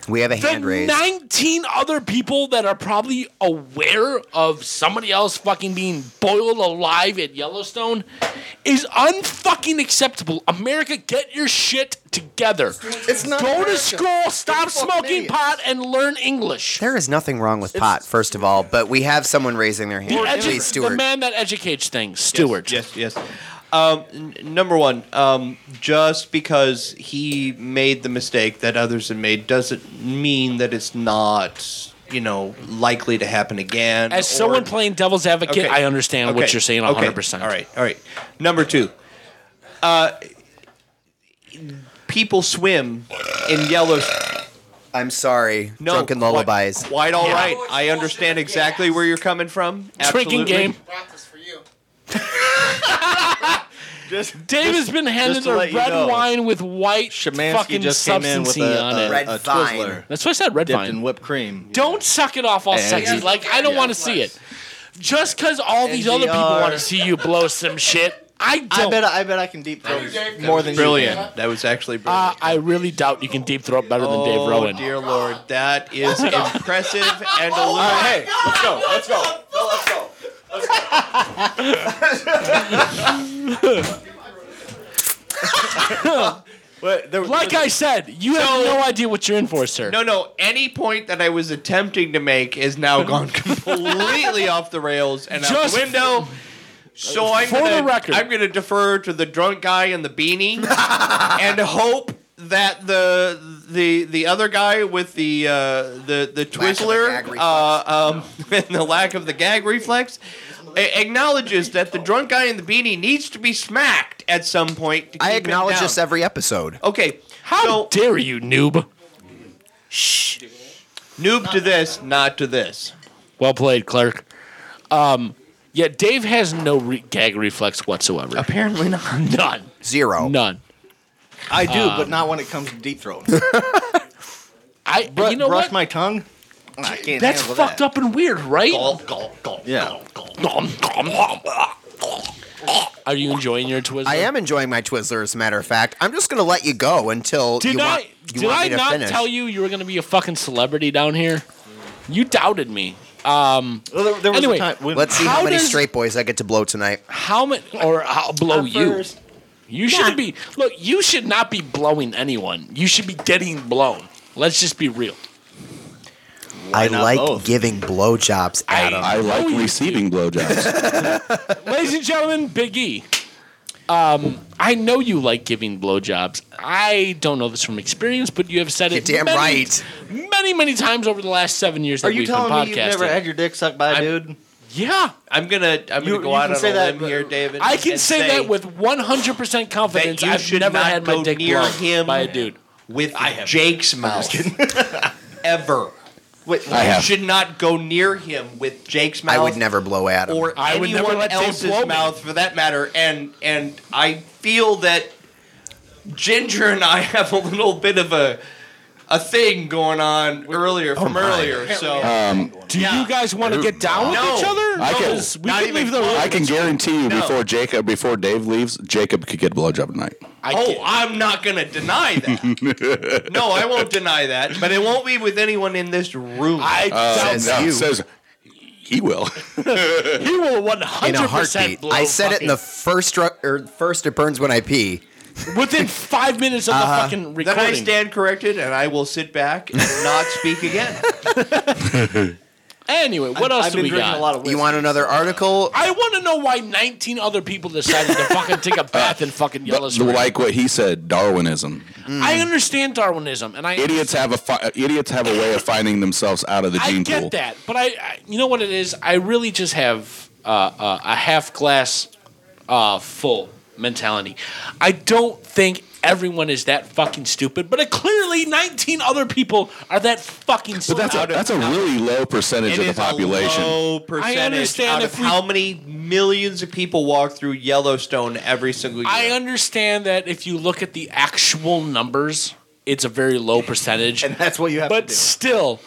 We have a
The
hand raised.
19 other people that are probably aware of somebody else fucking being boiled alive at Yellowstone is unfucking acceptable. America, get your shit together.
It's not
Go
America.
to school, stop
fucking
smoking
idiots.
pot, and learn English.
There is nothing wrong with pot, first of all, but we have someone raising their hand.
The, edu-
Please, Stuart.
the man that educates things, Stewart.
Yes, yes. yes. Um, n- number one, um, just because he made the mistake that others have made doesn't mean that it's not, you know, likely to happen again.
As
or-
someone playing devil's advocate,
Okay.
I understand
Okay.
what you're saying
Okay.
100%.
All right. All right. Number two. Uh, people swim in yellow.
I'm sorry.
No,
Drunken
quite-
lullabies.
Quite all right. I understand exactly where you're coming from.
Drinking
Absolutely.
game. Dave has been handed
just to
a
let
red
you know,
wine with white
Shemansky
fucking
just came in
substance
with a,
on
a,
it.
Red
a
vine.
Twizzler
That's why I said red
dipped
vine.
in whipped cream.
Don't suck it off all sexy. Like I don't want to see it. Just because all these other people
NGR.
want to see you blow some shit, I don't.
I
I,
bet I bet I can deep throat more than you. can.
Brilliant. That was actually brilliant.
I really doubt you can deep throat better than Dave
Oh
Rowan.
dear lord, that is impressive and
All
illuminating.
right, hey, let's go. Let's go. Let's go.
Like I said, you have no idea what you're in for, sir.
No, no. Any point that I was attempting to make is now gone completely off the rails and out
Just-
the window. So I'm
For the
gonna,
record.
I'm going to defer to the drunk guy in the beanie and hope that the the the other guy with the uh, the the
Lack of the
Twizzler
gag
uh, um, and the lack of the gag reflex a- acknowledges that the drunk guy in the beanie needs to be smacked at some point. To
I
keep it
acknowledge
down.
this every episode.
Okay,
How
so-
dare you, noob?
noob to this, not to this.
Well played, clerk. Um, yeah, Dave has no re- gag reflex whatsoever.
Apparently not.
None.
Zero.
None.
I do, but not when it comes to deep throat.
I. you know
brush
what?
my tongue. I can't
That's
handle
fucked
that.
up and weird, right?
Yeah.
Are you enjoying your Twizzler?
I am enjoying my Twizzler, as a matter of fact. I'm just going to let you go until
Did
you
I
want, you
did
want
I
me to
not
finish.
tell you you were gonna be a fucking celebrity down here? You doubted me. Um,
Well, there, there was
Anyway,
a time when
Let's see how,
How
many
does-
straight boys I get to blow tonight.
how many? Or I'll blow you.
First,
You should be. Look, you should not be blowing anyone. You should be getting blown. Let's just be real.
I
not
like
both?
giving blowjobs, Adam.
I
I
like
know you
receiving blowjobs.
Ladies and gentlemen, Big E. Um, I know you like giving blowjobs. I don't know this from experience, but you have said it
You're damn
many,
right.
many, many times over the last seven years that
are you
we've been
telling me
podcasting.
you've never had your dick sucked by a dude?
yeah,
I'm gonna I'm
You-
gonna go
you
out
can
on
say
a
that,
limb
but-
here, David.
I can
and
say, that with 100% confidence.
that you
I've
should
never
not
had my
go
dick
near
blown
him.
by a dude.
with Jake's mouth ever.
Wait,
you should not go near him with Jake's mouth.
I would never blow Adam.
or
I would
anyone
never let Dave
else's
blow me.
mouth for that matter. And and I feel that Ginger and I have a little bit of a a thing going on earlier from earlier. So
Do you guys want to get down with
No.
each other?
I can-
Because we
Not
can
even
leave the room.
I can guarantee you before Jacob, before Dave leaves, Jacob could get a blowjob tonight.
I
Oh,
can-
I'm not going to deny that. no, I won't deny that, but it won't be with anyone in this room.
I
Uh,
doubt
Says
no,
you.
says
He will.
He will one
in a
hundred percent
heartbeat.
blow.
I said it in the first dr- or first it burns when I pee.
fucking- within five minutes of the fucking
Then I
recording.
stand corrected and I will sit back and not speak again.
anyway, what else
I've
do
been
we
drinking
got?
a lot of
You want another article?
I want to know why 19 other people decided to fucking take a bath in fucking Yellow Spring.
like what he said, Darwinism.
I understand Darwinism, and I
Idiots have a fi- idiots have a way of finding themselves out of the
I
gene
get
pool.
that, but I, I you know what it is? I really just have uh, uh, a half glass uh, full mentality. I don't think everyone is that fucking stupid, but uh, clearly 19 other people are that fucking
But
stupid.
that's a, that's a really low percentage
It
of the
is a
population.
low percentage
understand
out
if
of
we-
how many millions of people walk through Yellowstone every single year.
I understand that if you look at the actual numbers, it's a very low percentage.
And that's what you have
but
to do.
still,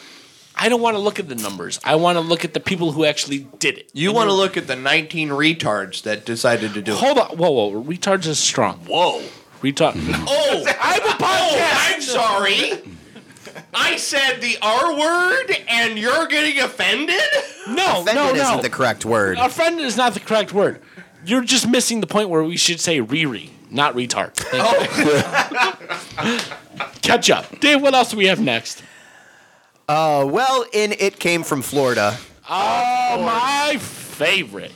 I don't want to look at the numbers. I want to look at the people who actually did it.
you want to look at the 19 retards that decided to do it.
Hold on. Whoa, whoa. Retards is strong. Whoa. Retard.
Oh, I'm a podcast. I'm sorry. I said the R word, and you're getting offended.
No, Uh, no, no.
Offended isn't the correct word.
Offended is not the correct word. You're just missing the point where we should say Riri, not retard. Thank you. Catch up. Dave, what else do we have next?
Uh, well, in it came from Florida.
Oh, my favorite.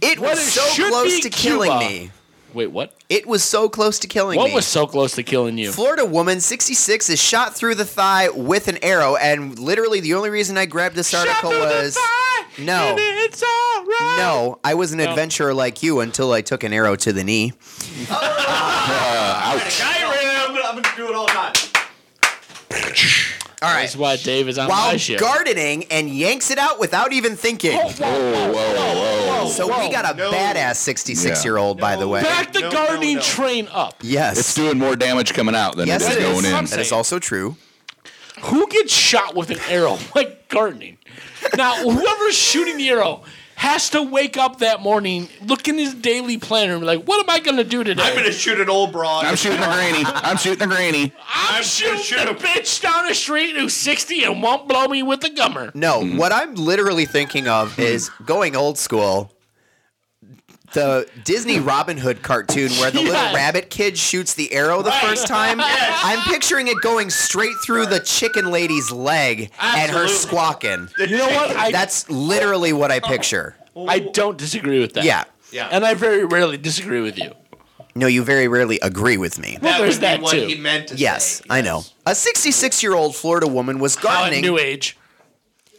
It was
it
so
should
close
be
to
Cuba.
killing me.
Wait, what?
It was so close to killing
What
me.
was so close to killing you?
Florida woman 66 is shot through the thigh with an arrow, and literally the only reason I grabbed this article was No. and no, I was an adventurer like you until I took an arrow to the knee.
I'm gonna, I'm gonna do it all night.
All right,
That's why Dave is on
while
my shit.
gardening and yanks it out without even thinking.
Oh, Whoa, whoa, whoa.
so we got a
no.
badass 66
Yeah.
year old, by the
No.
way.
Back the
No, no,
gardening
no.
train up.
Yes,
It's doing more damage coming out than
yes,
it
it
is
is.
going
I'm
in.
That is
saying.
also true.
Who gets shot with an arrow like gardening? Now, whoever's shooting the arrow has to wake up that morning, look in his daily planner, and be like, what am I going to do today?
I'm gonna shoot an old broad.
I'm shooting a granny. I'm shooting a granny.
I'm shooting a bitch down the street who's 60 and won't blow me with a gummer.
No, what I'm literally thinking of
Mm-hmm.
is going old school. The Disney Robin Hood cartoon where the
Mm-hmm. Yes.
little rabbit kid shoots the arrow the first time. I'm picturing it going straight through the chicken lady's leg and her squawking.
You know what? I,
That's literally what I picture.
I don't disagree with that.
Yeah.
Yeah.
And I very rarely disagree with you.
No, you very rarely agree with me.
Well,
would
there's
be
that
what
too.
he meant to
Yes,
say.
I know. A 66 year old Florida woman was
How at
gardening.
new age.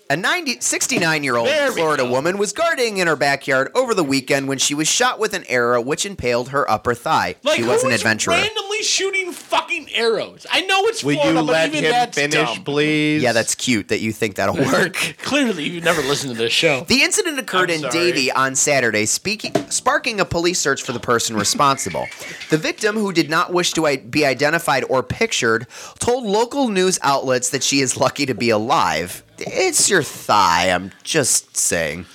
A 90, 69 year old
There we
Florida
go.
woman was gardening in her backyard over the weekend when she was shot with an arrow which impaled her upper thigh.
Like,
she was
who
an
is
adventurer.
randomly shooting fucking arrows? I know it's
Will
Florida,
you let
but even
him
that's
finish,
dumb.
please?
Yeah, that's cute that you think that'll work.
Clearly, you've never listened to this show.
the incident occurred
I'm
in
sorry.
Davie on Saturday, speaking, sparking a police search for the person responsible. the victim, who did not wish to I- be identified or pictured, told local news outlets that she is lucky to be alive. It's your thigh, I'm just saying.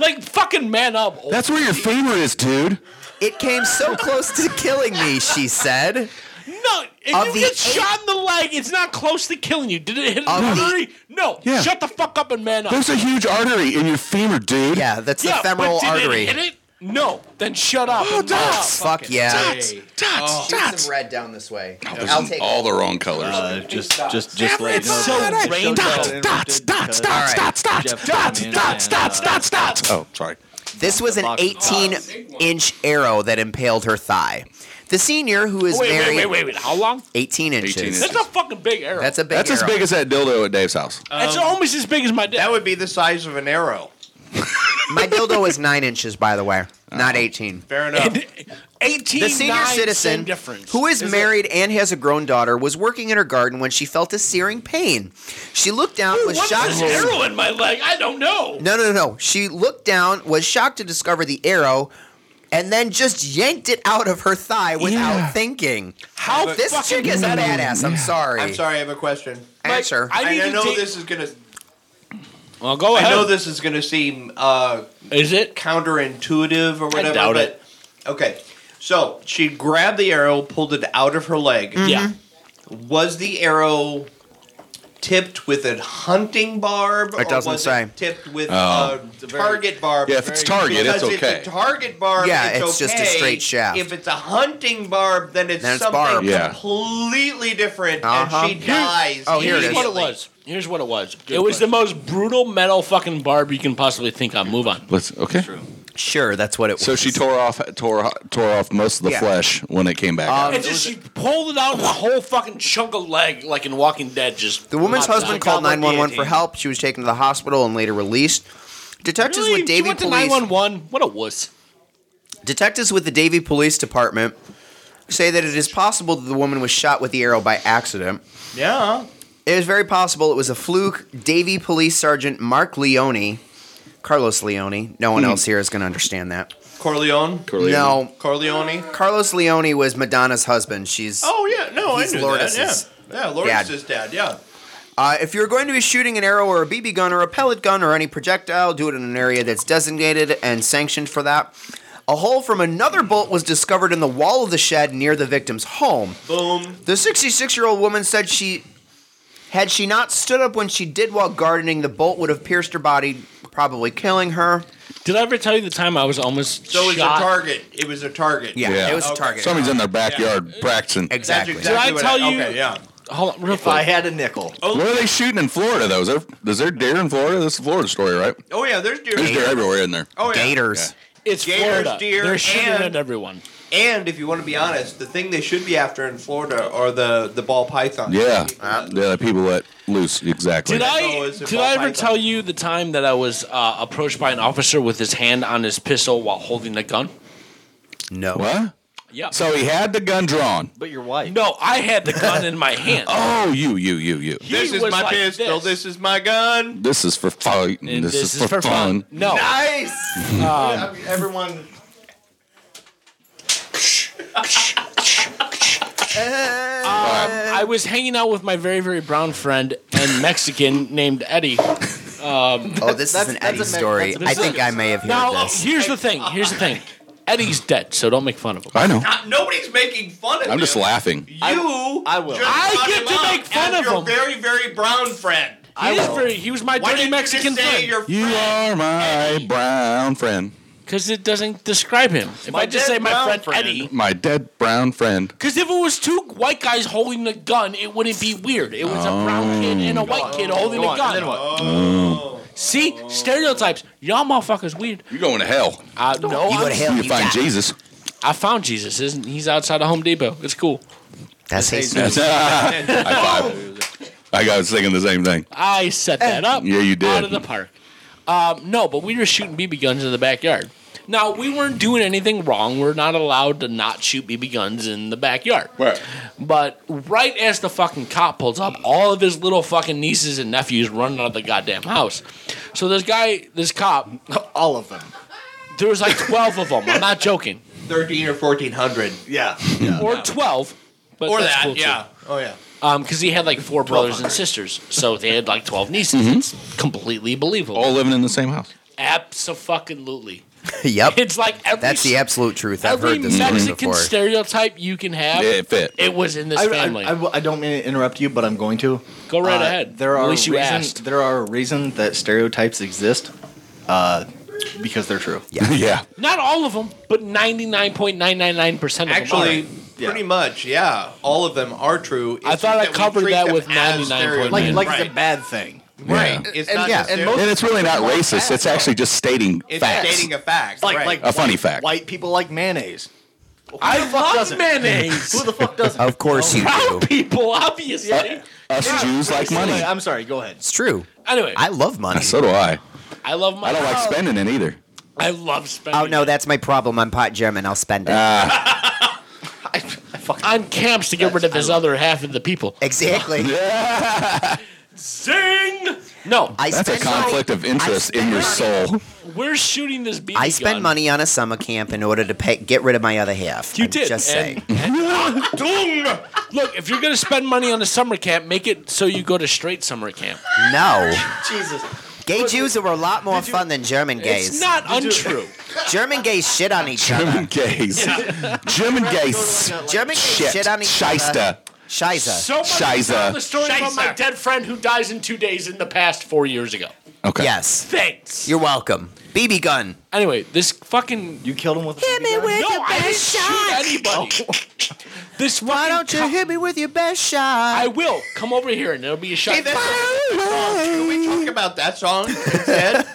Like, fucking man up. old-
That's where your femur is, dude.
It came so close to killing me, she said.
no,
Of
if
the
you get
eight-
shot in the leg, it's not close to killing you. Did it hit
Of
an
the-
artery? No.
Yeah.
Shut the fuck up and man up.
There's a huge artery in your femur, dude.
Yeah, that's
yeah,
the femoral
but did
artery.
It hit it? No. Then shut up. and man up.
Fuck yeah. Oh.
Dots, dots.
red down this way.
There's all the wrong colors.
Uh, just, just, just let
It's
you know
so
that the
rained out.
show's got
Dots,
interrupted
dots, dots,
because
dots, dots,
Jeff
dots,
came in
dots,
and,
dots,
uh,
dots, dots. Oh, sorry.
This was an
box of
18 inch arrow that impaled her thigh. The senior, who is
Oh, Wait,
married
wait, wait, wait, wait. How long?
18 inches.
18 inches.
That's a fucking big arrow.
That's a big
That's as
arrow.
big as that dildo at Dave's house.
That's almost as big as my dick.
That would be the size of an arrow.
My dildo is 9 inches, by the way, not 18.
Fair enough.
18
The senior
nine, same
citizen,
difference.
who is, married and has a grown daughter, was working in her garden when she felt a searing pain. She looked down, was
What's
shocked.
this arrow in my leg? I don't know.
No, no, no. She looked down, was shocked to discover the arrow, and then just yanked it out of her thigh without
Yeah.
thinking.
How fucking
This chick is a
mean.
badass. I'm sorry.
I'm sorry, I have a question.
Like,
Answer.
I need
And I
to
know
take-
this is gonna.
Well, go
I
ahead.
know this is gonna seem uh,
Is it?
counterintuitive or whatever.
doubt
but,
it.
Okay, so she
Mm-hmm.
grabbed the arrow, pulled it out of her leg.
Yeah.
Was the arrow tipped with a hunting barb?
It doesn't
or was
say.
It tipped with
Oh.
a target barb.
Yeah, if it's target, it's
Because
okay.
If it's a target barb,
Yeah,
it's,
it's just a
okay.
straight shaft.
If it's a hunting barb, then it's
Then it's
something
barb.
Yeah.
completely different,
Uh-huh.
and she dies.
Oh, here it
Here's
is.
what it
immediately.
was. Here's what it was. it was the most brutal metal fucking barb you can possibly think of. Move on.
Let's okay.
Sure, that's what it was.
So she tore off tore tore off most of the
Yeah. Um,
flesh when it came back. out.
And just she pulled it out with a whole fucking chunk of leg, like in Walking Dead. Just
The woman's
popped out.
husband called 911 for help. She was taken to the hospital and later released. Detectives
Really?
with
She
Davy
went to
Police
911. What a wuss.
Detectives with the Davie Police Department say that it is possible that the woman was shot with the arrow by accident.
Yeah.
It is very possible it was a fluke. Davie Police Sergeant Mark Leone, Carlos Leone, no one else here is going to understand that.
Corleone.
No,
Corleone.
Carlos Leone was Madonna's husband. She's.
Oh yeah, no,
He's
I knew
Lourdes'
that. Yeah, yeah, Lourdes'
dad.
is dad. Yeah.
Uh, if you're going to be shooting an arrow or a BB gun or a pellet gun or any projectile, do it in an area that's designated and sanctioned for that. A hole from another bolt was discovered in the wall of the shed near the victim's home.
Boom.
The 66 year old woman said she, had she not stood up when she did while gardening, the bolt would have pierced her body, probably killing her.
Did I ever tell you the time I was almost
So it was a
shot?
target. It was a target.
Yeah,
Yeah.
it was a
Okay.
target.
Somebody's in their backyard practicing.
That's
exactly.
exactly.
I
what
tell you-
Okay, yeah.
Hold on, real
If I
quick.
had a nickel,
Oh,
What are they shooting in Florida though? Is there is there deer in Florida? This is a Florida story, right?
Oh yeah, there's deer.
There's deer everywhere in there.
Oh yeah.
Gators.
It's
Gators,
Florida.
deer,
They're shooting
and-
at everyone.
And if you want to be honest, the thing they should be after in Florida are the the ball Uh, python.
Yeah, yeah. the People let loose exactly.
Did
Oh,
I
is it
did I
Bob
ever
Python?
tell you the time that I was uh, approached by an officer with his hand on his pistol while holding a gun?
No.
What?
Yeah.
So he had the gun drawn.
but your wife.
no, I had the gun in my hand.
Oh, you, you, you, you.
He
This is
was
my
like
pistol. This. is my gun.
This is for fighting.
And
This, is, for, fun.
No,
Nice.
Um,
I mean, Everyone.
I was hanging out with my very very brown friend and Mexican named Eddie.
Oh, this is
That's-
an
that's
Eddie
a me-
story.
that's
I think I may have heard
Now
this.
here's the thing. Here's the thing. Eddie's dead, so don't make fun of him.
I know.
Not- nobody's making fun of
I'm just
him.
laughing.
You.
I will.
just
I
brought
get
him
to
up
make fun
as
of
your
him.
very very brown friend.
He, is very, he was my
Why
dirty
didn't
Mexican
you just say
friend.
your
You are my brown friend.
Because it doesn't describe him. If I just
dead
say my
brown
friend,
friend.
Eddie.
My dead brown friend.
Because if it was two white guys holding a gun, it wouldn't be weird. It was a brown kid and a white kid holding
Go
a
on,
gun. Oh.
then what?
See? Stereotypes. Y'all motherfuckers weird.
You're going to hell.
Uh, no,
you go
I'm-
to hell.
You
you
find
die.
Jesus.
I found Jesus. Isn't He's outside of Home Depot. It's cool.
That's Jesus.
That's, high five. I got singing the same thing.
I set that
Eh.
up.
Yeah, you did.
Out of the park. Um, no, but we were shooting BB guns in the backyard. Now, we weren't doing anything wrong. We're not allowed to not shoot BB guns in the backyard.
Right.
But right as the fucking cop pulls up, all of his little fucking nieces and nephews run out of the goddamn house. So this guy, this cop,
All of them.
there was like 12 of them. I'm not joking.
thirteen or fourteen hundred.
Yeah.
Or 12. But
Or
that's
that.
cool too.
yeah. Oh yeah.
because he had like four brothers and sisters, so they had like twelve nieces. It's completely believable.
All living in the same house.
Absolutely,
yep.
it's like every
That's the absolute truth. I've
every
heard this story
Mexican
before.
stereotype you can have.
Yeah, it fit.
It was in this
I, I-
family.
I w- I don't mean to interrupt you, but I'm going to.
Go right
Uh,
ahead.
There
At
are
least you
reason,
asked.
There are a reason that stereotypes exist, uh, because they're true.
yeah.
Not all of them, but ninety nine point nine nine nine percent of
Actually,
them.
Yeah.
pretty much, yeah. All of them are true. It's
I thought
just
I
that we
covered
treat
that
them
with 99.9.
as
Like,
stereotypes.
like
right.
it's a bad thing.
right.
Yeah.
It's
And
not
yeah,
necessarily-
and most-
And it's really not racist. It's actually just stating
it's
facts.
stating a fact.
Like,
right.
like
A funny
white-
fact.
White people like mayonnaise.
I love
doesn't?
mayonnaise.
Who the fuck doesn't?
Of course you do.
Brown people, obviously.
Us Jews like money.
I'm sorry. Go ahead.
It's true.
Anyway, I,
I love money.
So do I.
love my.
I don't like spending it either.
I love spending.
Oh no, that's my problem. I'm pot German. I'll spend it.
I, I fucking
on camps to get rid of his other half of the people.
exactly.
Zing! No,
I
That's a
spend
conflict of interest in your soul.
we're shooting this BB
Money. I spend
gun.
money on a summer camp in order to pay, get rid of my other half.
You
I'm
did.
Just
and-
saying.
Dung! Look, if you're gonna spend money on a summer camp, make it so you go to straight summer camp.
No.
Jesus.
Gay Jews are a lot more fun than German gays.
It's not untrue.
German gays shit on each other.
German gays. German gays.
German gays
Shit.
shit on each other.
Shyster.
Shiza.
So much
Shiza.
about the story about
Shiza.
my dead friend who dies in two days in the past four years ago.
Okay.
yes.
Thanks.
You're welcome. BB gun.
Anyway, this fucking
You killed him with.
Hit me with
no,
your
I didn't
best
shoot
shot.
anybody.
Oh.
This
Why
fucking
don't you
co-
hit me with your best shot?
I will come over here and it'll be a shot.
Talk about that song instead.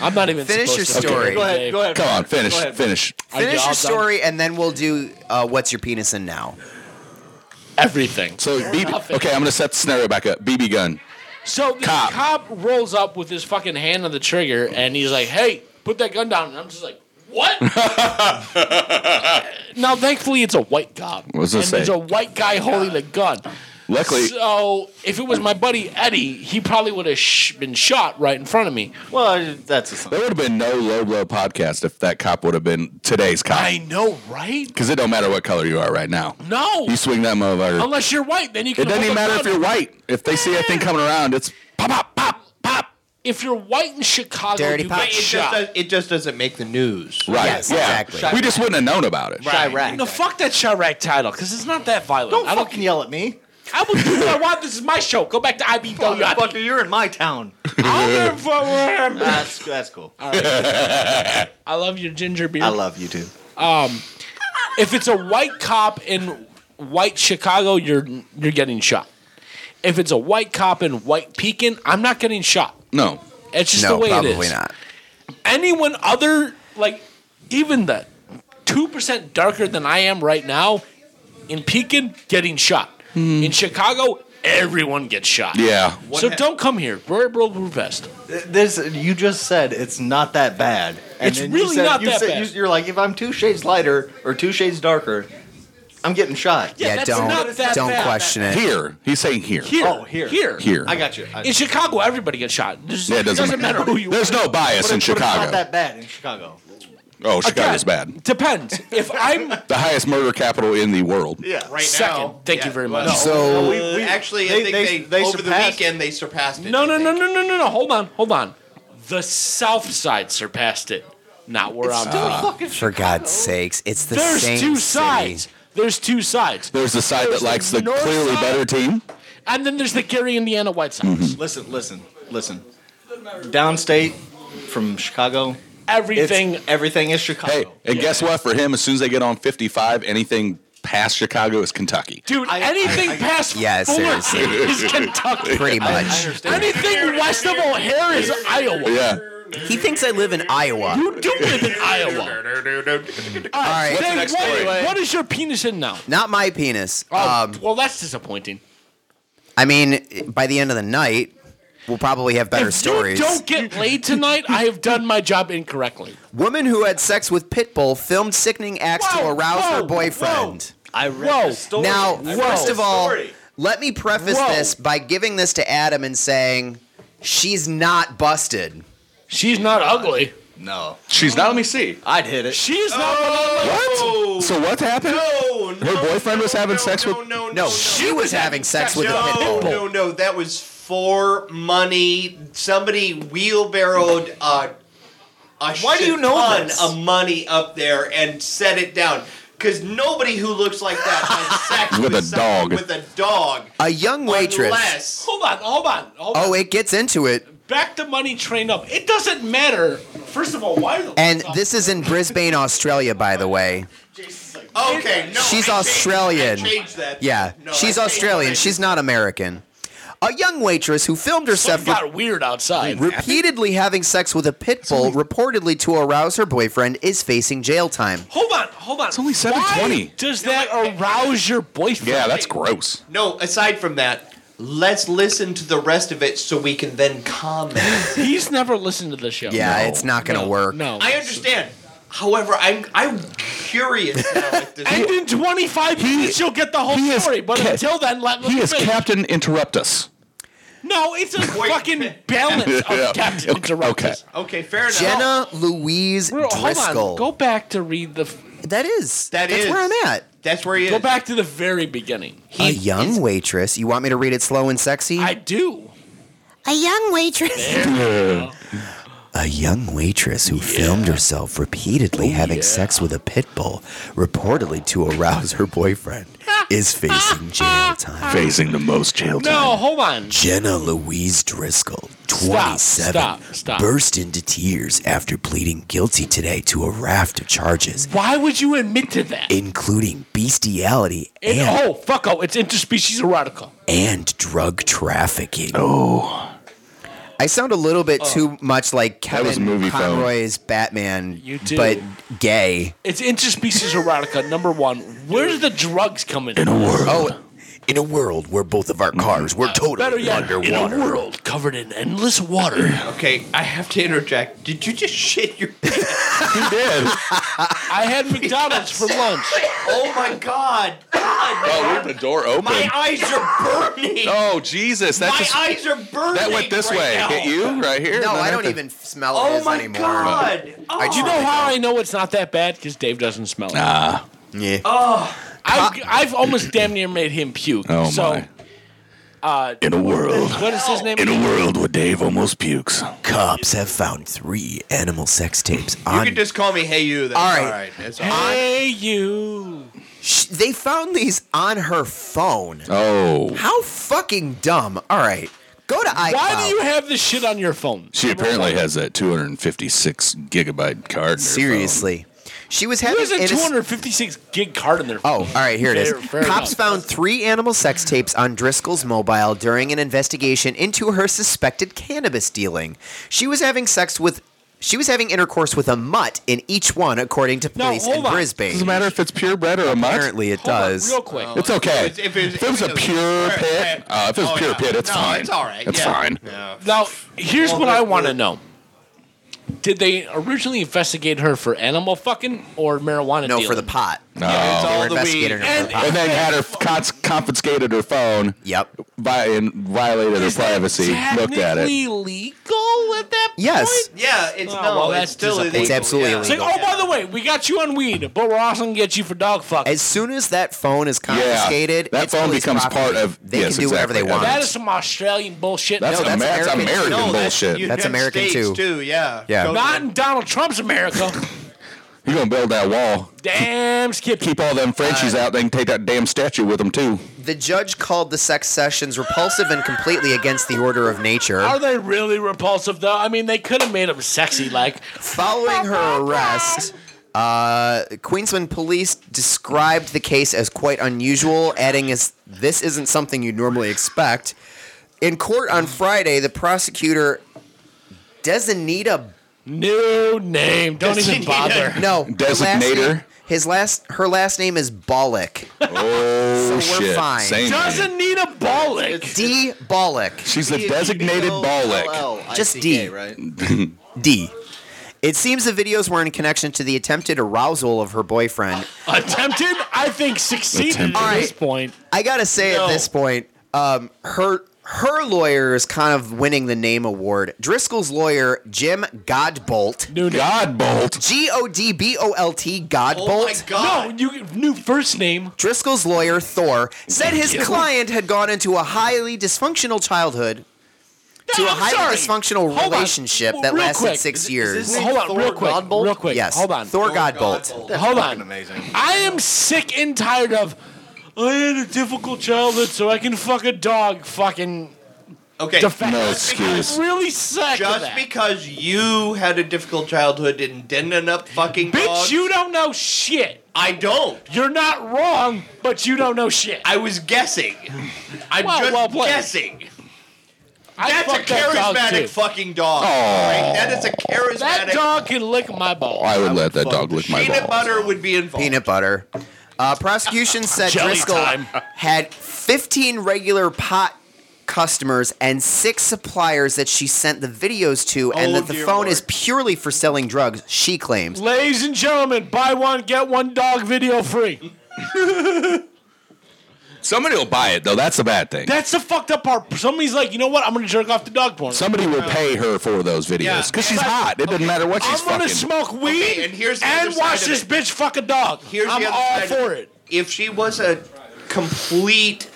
I'm not even
Finish your
supposed to-
story.
Go ahead. Go ahead.
Come on,
Go
finish,
ahead.
finish.
I
Finish your
jobbed on
story, and then we'll do uh, what's your penis in now.
Everything.
So BB, okay, I'm gonna set the scenario back up. BB gun.
So the
Cop.
cop. rolls up with his fucking hand on the trigger and he's like, hey, put that gun down. And I'm just like, what? now, thankfully, it's a white cop.
was
and
gonna
there's
say.
a white guy holding the gun.
Luckily,
So if it was my buddy Eddie, he probably would have sh- been shot right in front of me.
Well, that's a song.
there would have been no low blow podcast if that cop would have been today's
I
cop.
know, right?
Because it don't matter what color you are right now.
No.
You swing that motherfucker.
Unless you're white, then you can.
It doesn't
hold
even
a
matter if
gun.
you're white. If they see a thing coming around, it's pop, pop, pop, pop.
If you're white in Chicago,
Dirty
you
pop.
get
It just,
shot.
does, it just doesn't make the news.
Right.
Yes,
yeah.
exactly.
We just wouldn't have known about it.
Chirac.
No, fuck that Chirac title, because it's not that violent.
Don't
I don't.
fucking yell at me.
I will do what I want. This is my show. Go back to IBW.
Motherfucker, you're in my town.
I'm for him.
That's that's cool.
I love your ginger beer.
I love you too.
if it's a white cop in white Chicago, you're you're getting shot. If it's a white cop in white Pekin, I'm not getting shot.
No.
It's just
no,
the way
probably
it is.
not.
Anyone other, like, even the two percent darker than I am right now, in Pekin, getting shot. In Chicago, everyone gets shot.
Yeah.
so don't come here. Wear a bulletproof vest.
This you just said it's not that bad. And
It's
then
really
you said,
not
you
that
said,
bad.
You, you're like, if I'm two shades lighter or two shades darker, I'm getting shot.
Yeah,
Yeah,
that's
don't
not that
don't
bad.
question it.
Here. He's saying here.
Here,
Oh, here.
here,
Here.
I got you. I,
In Chicago, everybody gets shot. There's-
Yeah, it doesn't,
matter who you
There's
are.
no bias
but
in
it's- but it's
Chicago.
not that bad in Chicago.
oh,
Again,
Chicago's bad.
Depends. If I'm
The highest murder capital in the world.
Yeah, right.
second, thank you very much.
So
Uh, actually, I
they-
think
they-
they,
they
over
surpassed-
the weekend they surpassed it.
no,
I
no,
think.
no, no, no, no, no. Hold on, hold on. The South Side surpassed it. Not where I'm from.
for God's sakes, it's the
There's
same
two
city.
sides. There's two sides.
There's the side
There's
that likes the,
the north
clearly
side.
better team.
And then there's the Gary, Indiana White Sox.
Listen, listen, listen. Downstate from Chicago. It's,
Everything.
everything is Chicago.
Hey, and
Oh, Yeah.
guess what? For him, as soon as they get on 55, anything past Chicago is Kentucky.
Dude,
I-
anything
I- I-
past
Yeah,
Fullerton
seriously.
is Kentucky.
Pretty much.
Anything west of O'Hare is Iowa.
Yeah.
He thinks I live in Iowa. All
You do live in Iowa.
right,
Dave,
next
what-
story?
what is your penis in now?
not my penis.
Oh,
Um,
well, that's disappointing.
I mean, by the end of the night, we'll probably have better
if
stories.
you don't get laid tonight, I have done my job incorrectly.
Woman who had sex with Pitbull filmed sickening acts to
Whoa,
arouse her
whoa,
boyfriend.
I read
Whoa.
the story.
Now,
I read
first
the
of all,
story.
let me preface
Whoa.
this by giving this to Adam and saying she's not busted.
She's not ugly.
no,
She's not. Let me see.
I'd hit it.
She's not.
What? So what happened?
No, no,
Her boyfriend was having
no,
sex
no,
with-
No, no,
No,
no.
she was having sex with a
No,
Pitbull.
no, no. That was for money. Somebody wheelbarrowed a, a
Why do you
shit
know
ton
this?
of money up there and set it down. Because nobody who looks like that has sex
With
with,
a
someone
dog.
With a dog.
A young waitress.
Unless
Hold on, hold on, hold on.
Oh, it gets into it.
Back the money train up. It doesn't matter. First of all, why? The
And this is in Brisbane, Australia, by the way.
Okay, no.
She's
I changed-
Australian.
I changed that.
Yeah,
No, I
she's
changed
Australian.
that.
She's not American. A young waitress who filmed herself
stuff got weird outside.
repeatedly having sex with a pit bull, reportedly to arouse her boyfriend, is facing jail time.
Hold on, hold on. It's
only 7:20.
Does that arouse your boyfriend?
Yeah, that's gross.
No, aside from that, let's listen to the rest of it so we can then comment.
He's never listened to the show.
Yeah, it's not gonna
No,
work.
No.
I understand. However, I'm I'm curious now at this
and
point.
in 25 minutes, you'll get the whole
he is
story. But
ca-
until then, let me
He is
finish.
Captain Interrupt Us.
No, it's a fucking balance
Yeah.
of Captain Interruptus.
Okay.
Okay, fair enough.
Jenna Louise
Bro, hold
Driscoll.
on. Go back to read the. f-
That is.
That
That's
is.
where I'm at.
That's where he is.
Go back to the very beginning.
a young waitress. You want me to read it slow and sexy?
I do.
A young waitress.
A young waitress who filmed herself
Oh,
repeatedly having sex with a pit bull, reportedly to arouse her boyfriend, is facing jail time.
Facing the most jail time.
No, hold on.
Jenna Louise Driscoll,
Stop,
27,
stop, stop.
burst into tears after pleading guilty today to a raft of charges,
Why would you admit to that?
including bestiality
It-
and,
oh, fuck! Oh, it's interspecies erotica.
and drug trafficking. Oh. I sound a little bit
Oh.
too much like
That was movie phone.
Batman,
You do.
gay.
It's interspecies erotica. Number one, where's the drugs coming in?
Oh, in a world where both of our
Mm-hmm.
cars were
Better
totally
yet, in a
underwater.
world covered in endless water.
Okay, I have to interject. Did you just shit your
he did.
I had McDonald's for lunch.
Oh my god!
Oh, leave the door open.
My eyes are burning!
oh, Jesus. That,
my
just,
eyes are burning!
that went this
right
way.
now.
Hit you right here?
No,
and then
I
right
don't
there.
even smell it
Oh
as
my
anymore.
god! Oh,
I
Do you know how I know it's not that bad? Because Dave doesn't smell it.
Yeah.
I've, I've almost damn near made him puke.
Oh,
so,
my. in a world.
what is his name?
In a world where Dave almost pukes.
Cops have found three animal sex tapes
you
on.
can just call me Hey You. That's
All right.
all right. That's all right.
hey, you.
Sh- they found these on her phone.
Oh.
How fucking dumb! All right, go to iCloud.
Why do you have this shit on your phone?
She apparently has that 256 gigabyte card. in her
Seriously, she was
Who
having
has a
innocent-
256 gig card in their
Oh,
phone?
all right, here it is.
Fair- fair
Cops
enough.
found three animal sex tapes on Driscoll's mobile during an investigation into her suspected cannabis dealing. She was having sex with she was having intercourse with a mutt in each one according to
No,
police
hold
in
on.
Phone. Doesn't
Brisbane.
matter if it's purebred or a mutt.
Apparently it
Hold on,
does.
real quick.
It's okay.
If it's- if it's-
If it was a
if it's-
pure
Right,
pit,
right.
uh, if it was
Oh,
pure
yeah.
pit, it's
No,
fine.
it's all right.
It's
Yeah.
fine.
Yeah.
Now, here's
Well,
what
we're-
I want to
we're-
know. Did they originally investigate her for animal fucking or marijuana
No,
dealing?
for the pot.
It's
They
all
were
the weed.
investigating her for
And-
the pot.
And then had her cons- confiscated her phone.
Yep.
Vi- and violated her
Is that
privacy. Looked at it.
technically legal at that point?
Yes.
Yeah, it's
Oh,
no,
well,
it's
that's
still
disappointing.
illegal.
It's absolutely
yeah.
It's like,
illegal.
oh, by the way, we got you on weed, but we're also gonna get you for dog fucking.
As soon as that phone is confiscated,
that
it's
phone
police
becomes
property.
part of-
They
yes,
can do whatever
exactly.
they want.
that is some Australian bullshit.
That's,
No, that's
Amer- that's
American.
American,
No, that's,
bullshit.
United
That's American,
States
too.
Yeah.
Yeah.
Go-
not in Donald Trump's America.
You're going to build that wall.
Damn, Skip.
Keep all them Frenchies
Uh,
out. They can take that damn statue with them, too.
The judge called the sex sessions repulsive and completely against the order of nature.
Are they really repulsive though? I mean, they could have made them sexy. Like,
Following her arrest, uh, Queensland police described the case as quite unusual, adding, as this isn't something you'd normally expect. In court on Friday, the prosecutor, Desanita,
new name. Don't even bother.
no, her last
Designator?
name- his last, her last name is Bollock.
Oh,
So we're
shit.
fine.
Same
Doesn't need a bollock.
D. Bollock.
She's the designated Bollock.
Just D.
right?
Oh
D. It seems the videos were in connection to the attempted arousal of her boyfriend.
Attempted? I think succeeded
Attempted.
at
All
this
right.
point.
I gotta say
No.
at this point, um, her her lawyer is kind of winning the name award. Driscoll's lawyer, Jim Godbolt,
New name.
God bolt.
G O D B O L T Godbolt.
Oh my
No,
god.
you new first name.
Driscoll's lawyer, Thor, said his
you.
client had gone into a highly dysfunctional childhood to
No,
a
I'm sorry.
highly dysfunctional
Hold on.
relationship that
Real
lasted
quick.
six
Is-
years.
Hold on,
Thor
real quick.
Godbolt?
Real quick.
yes.
Hold on.
Thor,
Oh,
Godbolt.
Godbolt.
Hold on.
Fucking amazing.
I am sick and tired of. I had a difficult childhood, so I can fuck a dog. Fucking
Okay.
defense.
No excuse.
I'm really sick. of
Just
that.
because you had a difficult childhood and didn't end up fucking
bitch,
dogs,
you don't know shit.
I don't.
You're not wrong, but you don't know shit.
I was guessing. I'm
Well,
just
well played.
guessing.
I
That's a
fucked that dog,
charismatic
too.
fucking dog. Frank. That is a charismatic.
That dog can lick my ball.
I would let that dog lick my
peanut
balls.
butter would be involved.
peanut butter. Uh, prosecution said
Jelly
Driscoll
time.
had 15 regular pot customers and six suppliers that she sent the videos to, and
Oh,
that the
dear
phone
Lord.
is purely for selling drugs, she claims.
Ladies and gentlemen, buy one, get one dog video free.
Somebody will buy it, though. That's a bad thing.
That's the fucked up part. Somebody's like, you know what? I'm gonna jerk off the dog porn.
Somebody will pay her for those videos because she's hot. It doesn't matter what she's
I'm gonna
fucking.
smoke weed
Okay, and here's the
and
other
watch
side
this
of
bitch fuck a dog.
Here's
I'm
the other
all
side
for
of
it.
If she was a complete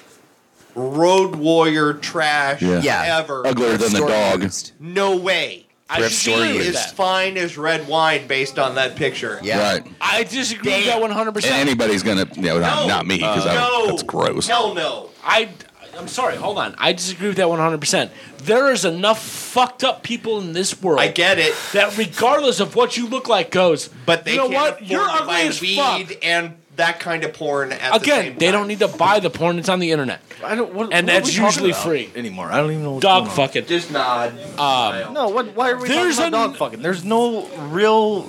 road warrior trash
Yeah.
Yeah.
ever,
Uglier than the
Story
dog.
used.
no way.
I
Rip
disagree
Jordan.
with
is
that.
fine as red wine based on that picture.
Yeah.
Right.
I disagree with that one hundred
And
percent.
anybody's gonna you know, not,
No. Uh,
not me because
no.
that's gross.
Hell no.
I I'm sorry. Hold on. I disagree with that one hundred percent. There is enough fucked up people in this world.
Oh.
I get it,
that regardless of what you look like goes.
but they
you know
can't
what?
afford
You're
to
ugly
buy
as
weed
fuck.
and that kind of porn. At the
Again,
same
they
time.
don't need to buy the porn. It's on the internet.
I don't. What,
And
what are
that's
we talking
usually
about
free.
anymore. I don't even know. What's
Dog
going on.
fucking.
Just nod.
No. What? Why are we
There's
talking about
an-
dog fucking? There's no real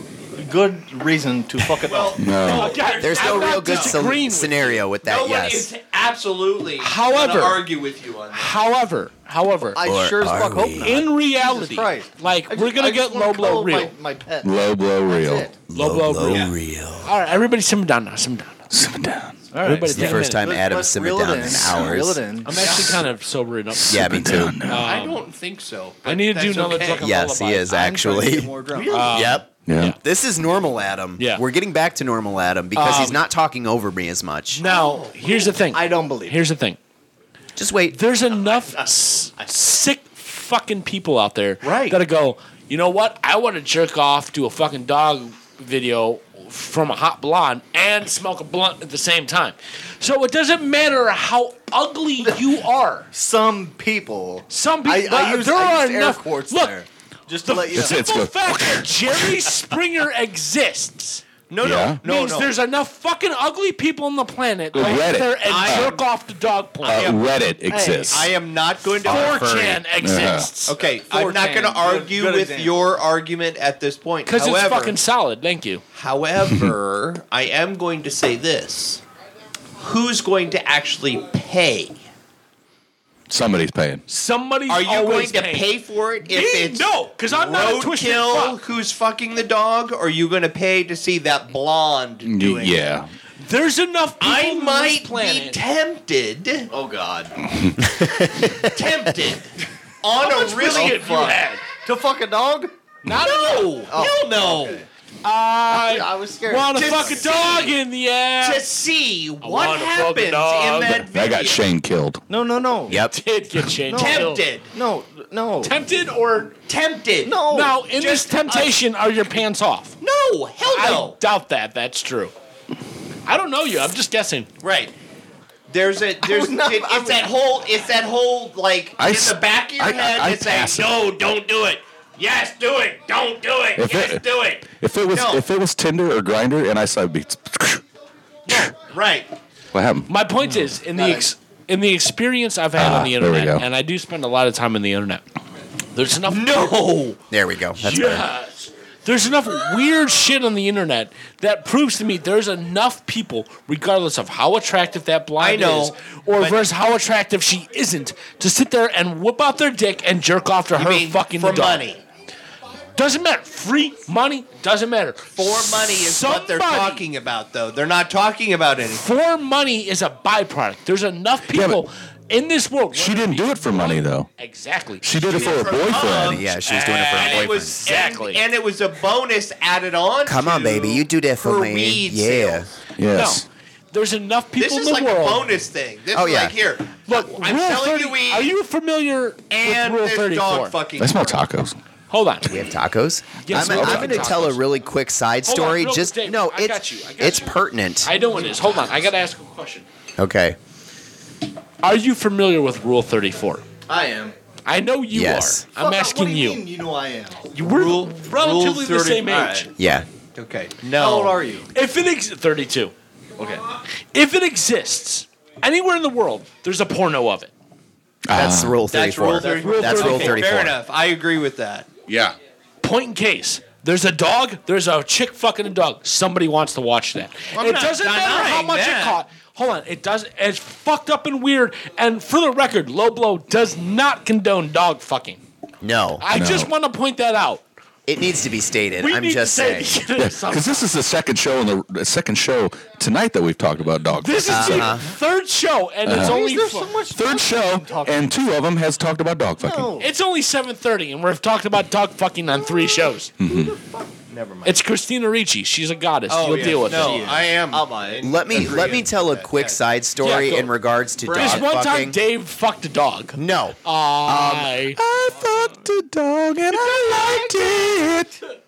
good reason to fuck it
Well,
up.
No.
Again,
There's no
I'm not
real good sce-
disagreeing with you.
scenario with that.
no one
yes.
is absolutely.
However-
gonna argue with you on that.
However, however,
I
Or
sure as
are
fuck hope
we?
not.
in reality,
Christ.
like
I
we're
just-
gonna
I just
get
wanna
low blow
cuddle
real,
My, my pet.
Low blow real.
That's it.
low blow real.
Oh, real.
All right, everybody, simmer down now. Simmer down.
Simmer down.
All right.
Everybody,
It's the
take a
first
minute.
time
Let's-
Adam
let's
simmered
reel it
down
in.
in
Reel
hours.
it in.
I'm actually kind of sobering up.
Yeah, me too.
I don't think so. but
um, I need to do
that's
another
okay.
drug and
Yes, he
lullaby.
is
I'm trying to
actually.
get more drunk.
yep.
Yeah.
Um, This is normal Adam.
Yeah. Um,
We're getting back to normal Adam because he's not talking over me as much.
Now, here's the thing.
I don't believe. it.
Here's the thing.
Just wait.
there's enough s- sick fucking people out there
Right.
that'll go, you know what? I want to jerk off to a fucking dog video from a hot blonde and smoke a blunt at the same time. So it doesn't matter how ugly you are.
Some people.
Some people
I, I use,
there
I
are
use air
enough
quotes
look,
there. Just to let you know.
It's, it's
The
good.
fact that Jerry Springer exists
No, no,
Yeah.
no,
means
no.
there's enough fucking ugly people on the planet
Go
that
Reddit.
sit there and
I-
jerk off to dog
Uh,
porn.
Reddit exists.
I am not going to.
4chan exists.
Okay, I'm not
4chan.
going to argue
Good- good
with
example.
your argument at this point.
Because it's
However,
fucking solid. Thank you.
however, I am going to say this: Who's going to actually pay?
Somebody's paying.
Somebody's
Are you going
always
to
paying.
pay for it if
Me?
it's
No, 'cause I'm not a twisted
roadkill
fuck.
who's fucking the dog? Or are you going to pay to see that blonde
Y-
doing? it?
yeah.
There's enough people
I
on this
might be
planet.
tempted,
Oh God.
tempted Oh, on
How much
a
pussy
really
have you had?
to fuck a dog?
Not
no, hell no.
I
I was scared.
want to
To
fuck a dog
see.
in the ass.
to see what
want a fucking
happens in
dog.
that video.
I got Shane killed.
No, no, no.
Yep.
Did get changed.
Tempted.
No, no.
Tempted or
Tempted.
No.
now in this temptation, are your pants off?
No. Hell
I
no.
doubt that. That's true. I don't know you. I'm just guessing.
right. There's a there's
would not-
it-
I
it's
would-
that whole it's that whole like
I
in
s-
the back of your
I- I-
head
I
it's
pass
like
it.
no don't do it yes do it don't do it
If
yes
it-
do it
If it was
No.
if it was Tinder or Grinder and I saw be
right
what happened?
My point is in the ex- in the experience I've had
Ah,
on the
there we
internet,
go.
and I do spend a lot of time on the internet. There's enough
no
There we go. That's better.
Yes. There's enough weird shit on the internet that proves to me there's enough people, regardless of how attractive that
I
blind
know,
is, or
but-
versus how attractive she isn't, to sit there and whip out their dick and jerk off to
I
her
mean,
fucking
for
dog.
money
Doesn't matter. Free money doesn't matter.
for money is what they're
Somebody-
talking about though they're not talking about anything
For money is a byproduct. There's enough
Yeah, but-
people in this world.
She didn't do it for money though.
Exactly.
She did it for her boyfriend.
Yeah, she was doing it for her
and
boyfriend.
it was
Exactly.
and, and it was a bonus added on
Come on,
to
baby, you do that for
her
me.
weed
Yeah.
sales.
no.
Yes.
There's enough people
this
in
is
the
like
world.
a bonus thing this
Oh,
is
yeah.
like here
Look,
I'm
Rule
selling
30
you weed
Are you familiar
and
with Rule
there's
34?
dog fucking
I smell tacos.
Hold on.
We have tacos.
Yes,
I'm,
we
I'm
have
going to tell a
tacos.
really quick side
Hold on,
story.
real-
Just
Dave,
no,
I
it's
got you, I got
it's
you.
pertinent.
I know what it is. Hold on. I got to ask a question.
okay.
Are you familiar with Rule 34?
I am.
I know you
Yes.
are. I'm asking
what do
you.
you. Mean you know I am.
You were
Rule-
relatively
Rule
the same
30
age.
Yeah.
Okay.
How old are you?
If it ex- 32.
Okay.
If it exists anywhere in the world, there's a porno of it.
That's rule 34.
That's rule 34.
That's rule
okay,
34.
Fair enough. I agree with that.
Yeah.
Point in case. There's a dog. There's a chick fucking a dog. Somebody wants to watch that.
I'm
it
not
doesn't matter how
denying
much
that.
it cost. Hold on. It does. It's fucked up and weird. And for the record, low blow does not condone dog fucking.
No.
I just want to point that out.
it needs to be stated.
We
I'm
need
just
to say
saying.
something.
Because this is the second show in the, the second show tonight that we've talked about dog.
This is
Uh-huh.
the third show, and it's only
There's
fu-
so much.
third show, and two of them has talked about dog fucking.
No.
Mm-hmm.
it's only seven thirty, and we've talked about dog fucking on three shows.
Never mind.
It's Christina Ricci. She's a goddess.
Oh,
You'll
yeah.
deal with it.
No, I am.
I'll buy it.
Let me let me tell a quick side story
Yeah, go.
in regards to
There's
dog
one time
fucking.
Dave fucked a dog.
no,
I
I fucked a dog and I liked it.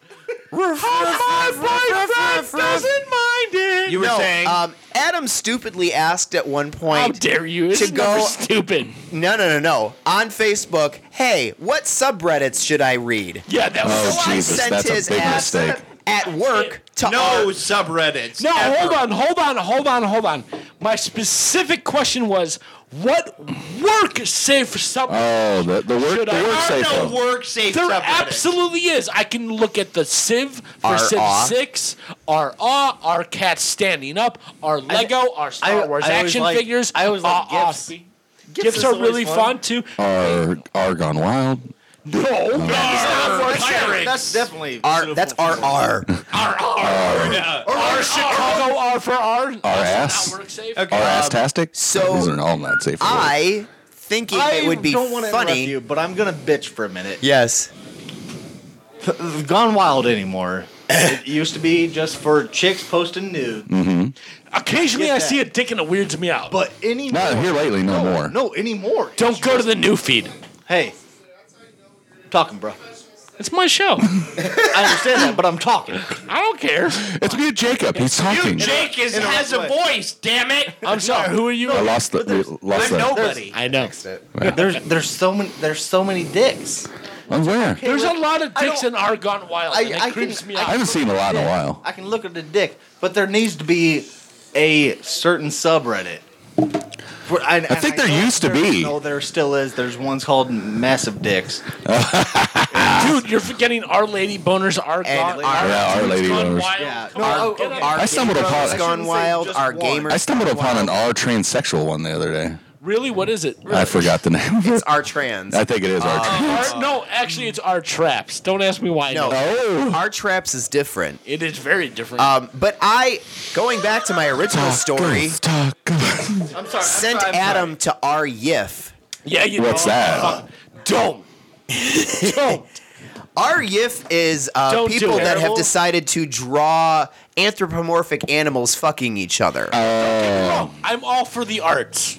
my wife doesn't mind it.
You were
no,
saying-
uh,
Um, Adam stupidly asked at one
how
point.
dare you? It's
to
never
go-
stupid.
No, no, no, no. On Facebook, hey, what subreddits should I read?
Yeah, that was.
Oh,
I
Jesus,
sent
that's a
his
big
ass-
mistake.
At work to
no
our-
subreddits.
No,
ever.
hold on, hold on, hold on, hold on. My specific question was, what work safe subreddit?
Oh, the, the work,
Should
the
I-
work
There
safe
are no
though.
work safe
there
subreddits.
absolutely is. I can look at the Civ for
Our
Civ
awe.
Six, our awe, our cats standing up, our Lego, our Star
I-
Wars
I always
action
liked-
figures.
I always liked
uh,
gifts.
uh,
Gifts
Gifts
is
are
always
really
fun.
fun too.
Are are gone wild?
No, no,
That's definitely
our- that's our R.
our Chicago R for R.
Oh.
Our
ass.
Not work safe.
Um,
Are ass tastic?
so
those are all not safe. for work.
I thinking
I
it would be
don't want to
funny.
interrupt you, but I'm gonna bitch for a minute.
Yes.
Gone wild anymore. it used to be just for chicks posting nudes,
Occasionally,
Get
I
that.
see a dick and it weirds me out.
but anymore.
not here lately. No,
no,
more.
No, anymore.
don't go to the new feed.
Hey, talking, bro.
It's my show.
I understand that, but I'm talking.
I don't care.
It's me and Jacob. He's talking.
Jake is,
has a
voice, damn it. I'm sorry, who are you?
I lost the we lost the.
Nobody.
I know.
There's there's so many there's so many dicks.
I'm where?
There's a lot of
I
dicks in
don't-
Argon Wild,
I-
and it
I
creeps
can-
me
I
I
out.
haven't seen a lot in a while.
I can look at the dick, but there needs to be a certain subreddit. For- and- and I
think there
know
used to
there-
be.
No, there still is. There's one's called Massive Dicks.
Dude, you're forgetting Our Lady Boners, Argon,
And-
Yeah, Our Lady Boners.
Yeah.
Come on,
No,
get
okay.
up.
Our
I stumbled
gamer
upon-
has
I
gone
shouldn't say
wild.
just
Our
one.
gamer.
I stumbled upon an R transsexual one the other day.
Really, what is it?
I forgot the name. of it.
It's our trans.
I think it is R. trans.
Our- no, actually, it's Our Traps. Don't ask me why. I
No.
know.
oh,
Our traps is different.
It is very different.
Um, but I, going back to my
Ah,
original story,
Ghost Tacos.
I'm sorry.
sent Adam to our Yif.
yeah, you
What's
know.
that?
Don't. Don't.
Our Yif is uh,
Don't do
people
it.
that have
Terrible.
decided to draw anthropomorphic animals fucking each other.
Uh,
Wrong. I'm all for the arts.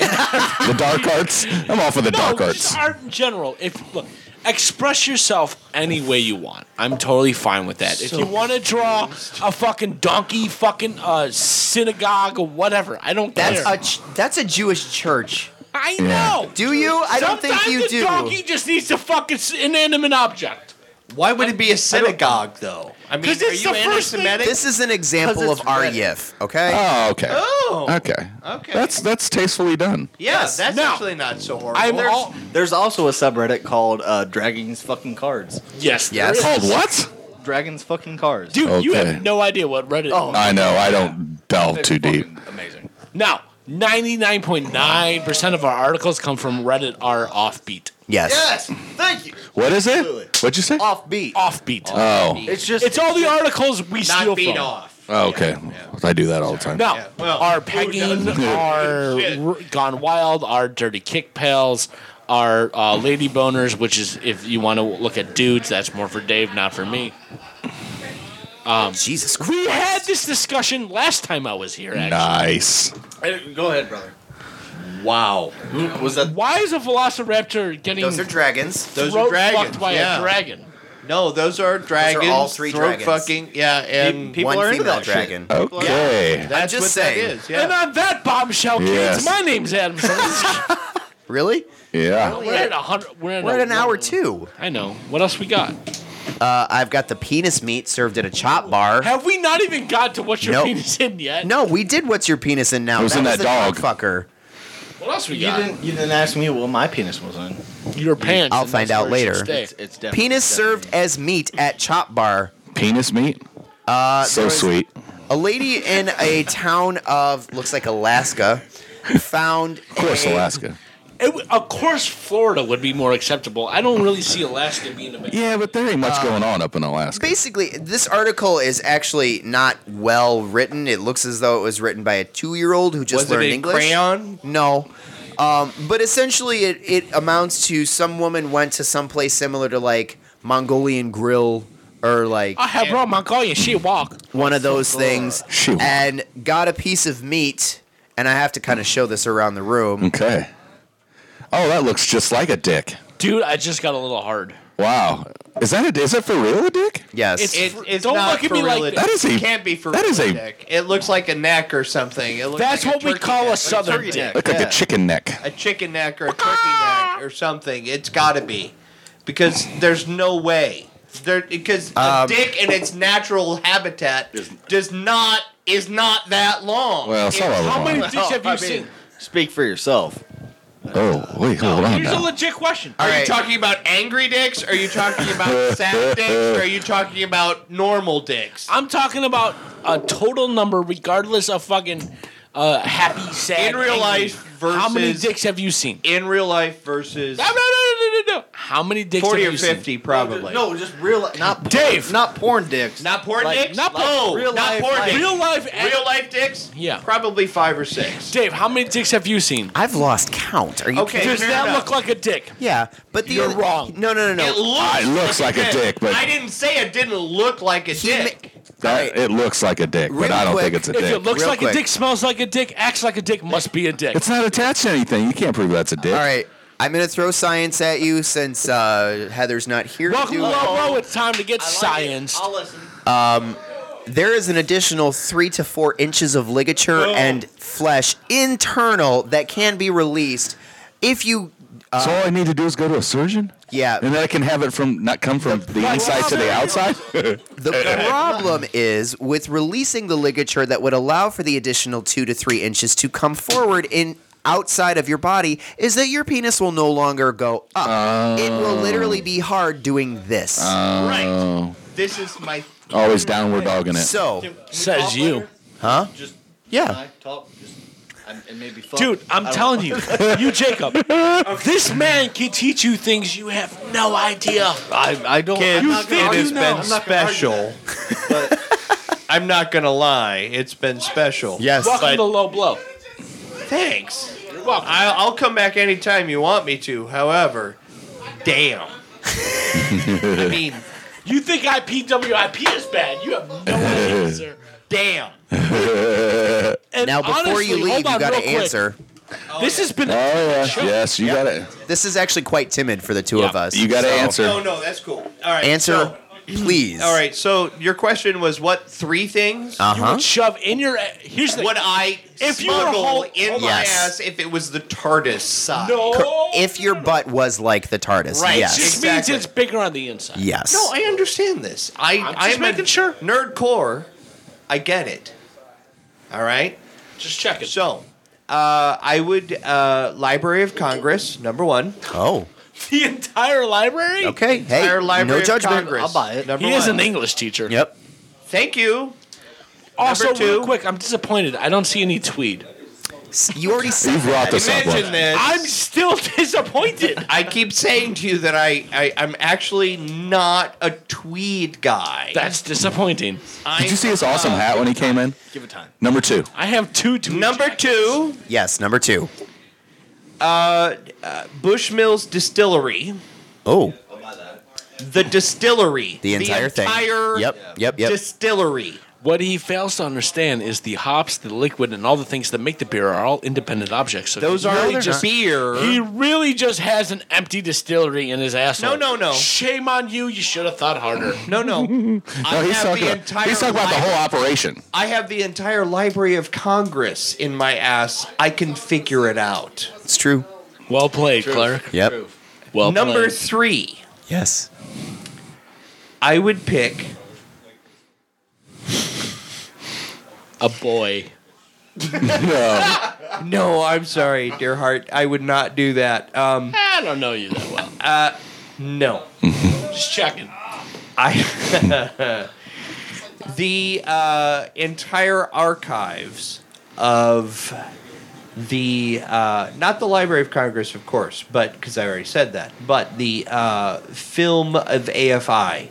The dark arts. I'm all for the
No,
dark arts.
just art in general. If look, express yourself any way you want. I'm totally fine with that. if you want to draw a fucking donkey, fucking uh, synagogue or whatever, I don't
that's
care.
a ch- that's a Jewish church.
I know.
Do you? I don't
Sometimes
think you
the
do.
donkey just needs to fucking s- inanimate object.
Why would it be a synagogue though? I mean,
'Cause
are
it's
you
the first thing-
anti-Semitic?
This is an example
'Cause
of
it's
our
Reddit.
Yif. Okay.
Oh, okay.
Oh,
Okay.
Okay.
That's that's tastefully done.
yeah, that's
Now-
actually not so horrible.
I'm
There's-
all
There's also a subreddit called uh, Dragons Fucking Cards.
yes, there
Yes.
is.
Called what?
Dragons Fucking Cards.
Dude, you
Okay.
have no idea what Reddit. Oh.
I know. I don't delve too deep.
Amazing.
Now, 99.9% of our articles come from Reddit are offbeat.
Yes.
Yes. Thank you.
What is it?
Absolutely.
What'd you say?
Offbeat.
Offbeat.
Uh,
Oh.
It's just
it's all the articles we steal
not
from.
beat off.
Oh, Okay. I do that all the time.
No,
Yeah, well,
our
who
pegging,
doesn't?
our
Shit.
r- gone wild, our dirty kick pals, our uh, lady boners, which is if you want to look at dudes, that's more for Dave, not for me. Um,
Jesus Christ.
We had this discussion last time I was here. Actually,
Nice.
Go ahead, brother.
Wow,
Was that
why is a Velociraptor getting
Those are dragons.
those
throat
are dragons.
fucked by
yeah.
a dragon?
No, those are dragons.
all three
throat
dragons.
Fucking yeah, and
People
One
are into
female
that shit.
dragon.
Okay.
That's
I'm just
what
saying.
that is. Yeah.
And on that bombshell,
Yes.
kids, my name's Adam. Salinsky.
Really?
Yeah.
we're at a hundred. We're at,
We're at
a
an hour
one-
two.
I know. What else we got?
Uh, I've got the penis meat served at a chop bar.
Have we not even got to what your
Nope.
penis in yet?
No, we did. What's your penis in now?
It was in
was
that
the
dog.
fucker.
What else we
You
got?
didn't. You didn't ask me what my penis was in.
Your pants.
I'll
and
find
that's
out
where it should stay.
later.
It's, it's definitely
Penis
definitely-
served as meat at chop bar.
Penis meat. Uh, so sweet.
A lady in a town of looks like Alaska found.
Of course,
a-
Alaska.
It, w- of course, Florida would be more acceptable. I don't really see Alaska being a big.
Yeah, but there ain't much going on up in Alaska.
Basically, this article is actually not well written. It looks as though it was written by a two-year-old who just
was it
learned
in
English.
crayon?
No. Um, but essentially, it, it amounts to some woman went to some place similar to like Mongolian Grill or like
I have brought my guy and she walk.
one of those things
Shoot.
and got a piece of meat and I have to kind of show this around the room.
Okay. Oh, that looks just like a dick.
Dude, I just got a little hard.
Wow. Is that a is that for real a dick?
Yes.
It's-
It, it's
Don't
not
look at
for
me
real
like
dick.
that.
That is a-
It can't be for
that
real
is a-
dick. It looks like a neck or something. It looks
That's
like a
what we
turkey
call
neck.
a southern
turkey
dick.
Look like
yeah.
a chicken neck.
a chicken neck or a turkey neck or something. It's got to be because there's no way there because
Um,
a dick in its natural habitat does not is not that long.
Well, some of them
How many
are.
dicks have you
I mean,
seen?
Speak for yourself.
Oh, wait, hold on
Here's a
now.
legit question.
Are you
Alright.
talking about angry dicks? Are you talking about sad dicks? Or are you talking about normal dicks?
I'm talking about a total number, regardless of fucking uh, happy, sad.
In real
angry.
life
How many
versus-
dicks have you seen?
In real life versus
No, no, no, no, no, no. How many dicks
forty
have
or
you
fifty, probably.
No, just real, not
Dave!
not porn dicks.
not porn
Like-
dicks.
not
no,
porn.
Real
not
life,
porn
like-
seen?
dicks.
Real life.
Real life dicks?
Yeah.
Probably five or six.
Dave, how many dicks have you seen?
I've lost count. Are you
Okay,
Does
fair
that
enough.
look like a dick?
Yeah, but the
You're
other-
wrong.
No, no, no,
It
no.
looks,
It looks like a dick, but-
I didn't say it didn't look like a
ma-
dick.
That, it looks like a dick, but
Real
I don't
quick,
think it's a
If it
dick.
looks
real
like a
quick.
dick, smells like a dick, acts like a dick, must be a dick.
It's not attached to anything. You can't prove that's a dick.
All right, I'm gonna throw science at you since uh, Heather's not here. to
Welcome
do
to
it.
Low Low. It's time to get science.
listen.
There is an additional three to four inches of ligature
Oh.
and flesh internal that can be released if you.
so all I need to do is go to a surgeon,
uh, Yeah,
and then I can have it from not come from the, inside to the outside.
the problem is with releasing the ligature that would allow for the additional two to three inches to come forward in outside of your body is that your penis will no longer go up. it will
Oh.
literally be hard doing this.
Right. This is my.
Always downward dogging it.
so,
Says you.
huh?
Just
Yeah.
I talk. Just, I'm, it may be fun.
Dude, I'm telling you, you Jacob, this man can teach you things you have no idea.
I, I don't.
Kids,
I'm not gonna
it
argue
has
now.
been
I'm not gonna argue.
special. I'm not gonna lie, it's been special.
Yes.
Welcome
But-
to Low Blow.
Thanks. I, I'll come back anytime you want me to. However, damn. I mean,
You think IPWIP is bad? You have no idea, sir.
damn.
And
Now, before
honestly,
you leave,
hold
you
on
got
real
to
quick.
answer.
This has been.
Oh yeah, yes, you got it.
This is actually quite timid for the two of
Yeah.
us.
You got to
so-
answer.
No, no, that's cool. All right.
Answer,
so-
please.
all right. So your question was what three things
Uh
You
huh.
would shove in your. uh, Here's the.
would I
If you were
smuggle
whole-
in my
Yes.
ass if it was the TARDIS size?
no.
If your butt was like the TARDIS,
Right,
it
yes,
just
Exactly.
means it's bigger on the inside.
yes.
No, I understand this. I
I'm
I'm,
just
a
making sure.
nerd core. I get it. All right.
Just check it.
So, uh, I would uh, Library of Congress number one.
oh,
the entire library.
okay. Hey,
Entire Library
no judgment.
Of Congress,
I'll buy it.
Number
He
one.
is an English teacher.
Yep.
Thank you.
Also,
Number two.
real quick, I'm disappointed. I don't see any tweed.
S- You already
You
said
brought this up.
Imagine
Look.
this.
I'm still disappointed.
I keep saying to you that I, I I'm actually not a tweed guy.
That's disappointing.
Did you see his awesome hat when he came in?
Give it time.
Number two.
I have two tweed.
Number
jackets.
two,
yes. Number two.
Bushmills Distillery.
Oh,
I'll buy that.
The distillery.
the entire thing.
entire
Yep. Yep. Yep.
distillery.
What he fails to understand is the hops, the liquid, and all the things that make the beer are all independent objects. So
Those
he
are
really
not
just.
beer.
He really just has an empty distillery in his ass.
No, no, no.
Shame on you. You should have thought harder.
no, no. I
No, he's
have
talking
the
about,
entire.
he's talking about the
li-
whole operation.
I have the entire Library of Congress in my ass. I can figure it out.
It's true.
Well played, Clark.
Yep.
Well
Number
played.
three,
Yes.
I would pick.
a boy.
No.
No, I'm sorry, dear heart. I would not do that. Um,
I don't know you that well.
no.
Just checking.
I the uh, entire archives of the uh, not the Library of Congress, of course, but because I already said that, but the uh, film of AFI.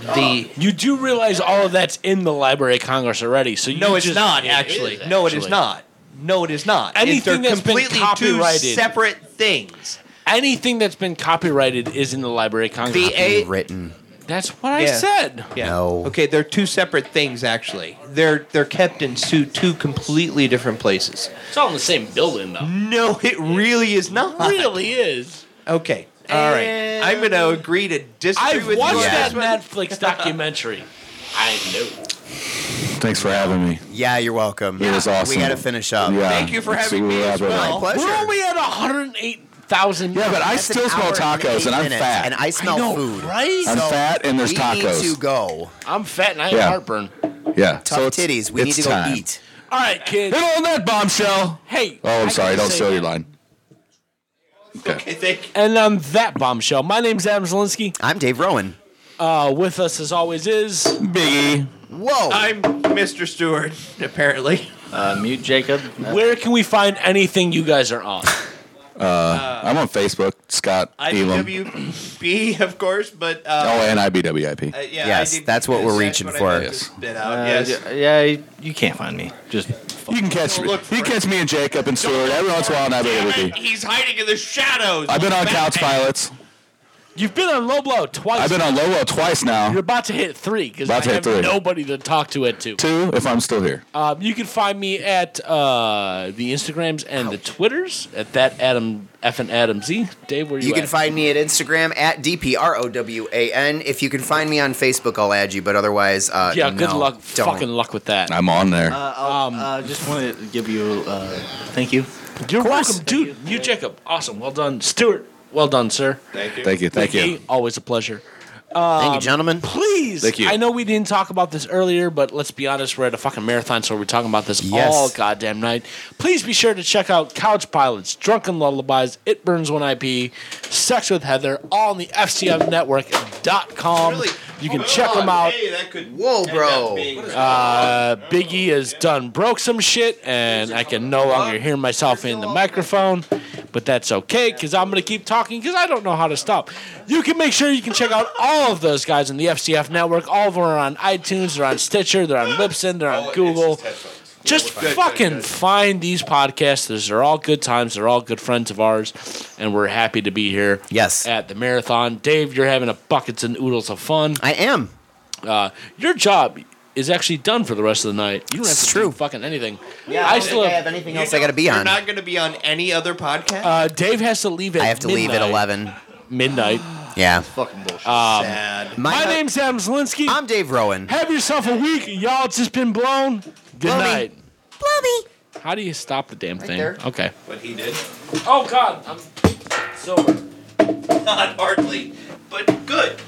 The
You do realize all of that's in the Library of Congress already, so you
no, it's
just-
not
It
actually.
is,
No, it is
actually.
not. No, it is not. It-
Anything
they're
that's been
completely two
copyrighted.
separate things.
Anything that's been copyrighted is in the Library of Congress.
The A
Written.
That's what I
Yeah.
said.
Yeah.
No.
Okay, they're two separate things actually. They're they're kept in two two completely different places.
It's all in the same building, though.
No, it really is not.
really is.
Okay. All right. I'm going to agree to disagree
I've
with
watched
you. on
that
this one.
Netflix documentary. I know.
Thanks for having me.
Yeah, you're welcome.
It was awesome.
We got to finish up.
Yeah,
Thank you for
it's
having me
really
as
elaborate.
well.
My pleasure.
We're only at 108,000.
Yeah, but I
That's an
still
hour
smell tacos,
eight
and I'm
minutes,
fat.
And I smell
know,
food.
right?
I'm
So,
fat, and there's
we
tacos.
need to go.
I'm fat and I have
Yeah.
heartburn.
yeah,
Tough
so it's-
titties. We need
it's
to go
time.
eat.
All right, kid.
Hit on that bombshell.
Hey.
Oh,
I
I'm sorry.
gotta
Don't
say
steal your
that.
line. Okay.
And on that bombshell, my name's Adam Zelinsky.
I'm Dave Rowan.
Uh, with us, as always, is.
Uh, Biggie.
Whoa.
I'm Mr. Stewart, apparently.
Uh, mute Jacob. Uh,
Where can we find anything you guys are on?
I'm on Facebook. Scott Elam.
IWB, of course, but. Uh,
Oh, and IBWIP.
uh, yeah,
Yes,
IWB,
that's what we're
that's
reaching
what I
for.
meant to
Yes.
spit
Uh,
out, yes.
y- Yeah, you, you can't find me. Just
You can catch me. You
look for
can catch me and Jacob and Stuart every once in a while on
Damn it,
IBWIP.
he's hiding in the shadows.
I've been on Couch Pilots.
You've been on low blow twice.
I've been on Lowell twice
You're
now.
about to hit three because I
About to hit
have
three.
nobody to talk to it to.
Two, if I'm still here.
Uh,
Um, you can find me at uh, the Instagrams and the Twitters at that Adam F and Adam Z. Dave, where you?
You can
at?
find me at Instagram at DPROWAN. If you can find me on Facebook, I'll add you, but otherwise, uh,
Yeah, good
no,
luck.
Don't.
Fucking luck with that.
I'm on there.
um, uh, just want to give you uh, thank you.
You're welcome, dude. You, Jacob. Awesome. Well done, Stuart. Well done, sir.
Thank you.
Thank you. Thank you.
Vicky, Always a pleasure.
Thank you, gentlemen.
Please.
Thank you.
I know we didn't talk about this earlier, but let's be honest, we're at a fucking marathon, so we're talking about this
Yes.
all goddamn night. Please be sure to check out Couch Pilots, Drunken Lullabies, It Burns When I Pee, Sex with Heather, all on the FCMnetwork.com.
Really?
You can
Oh,
check them out.
Hey, that could.
Whoa, bro.
Uh, Biggie has done broke some shit, and I can no longer hear myself in the microphone, but that's okay because I'm gonna keep talking because I don't know how to stop. You can make sure you can check out all of those guys on the FCF network. All of them are on iTunes, they're on Stitcher, they're on Libsyn, they're on Google. Just fucking find these podcasts. These are all good times. They're all good friends of ours, and we're happy to be here.
Yes.
at the marathon, Dave, you're having a buckets and oodles of fun
I am.
uh, your job is actually done for the rest of the night. You don't have
It's
to
true.
do fucking anything. I still have,
anything else I got to be
You're
on. I
not going to be on any other podcast?
uh, Dave has to leave at
have to leave at
midnight-
11.
Midnight.
Yeah.
fucking bullshit.
Sad.
My
hu-
name's Adam Zelinsky.
I'm Dave Rowan.
have yourself a week, y'all. It's just been blown. Good
Blow me.
night.
Blobby.
How do you stop the damn thing?
there.
Okay.
What he did?
Oh God, I'm sober.
Not hardly, but good.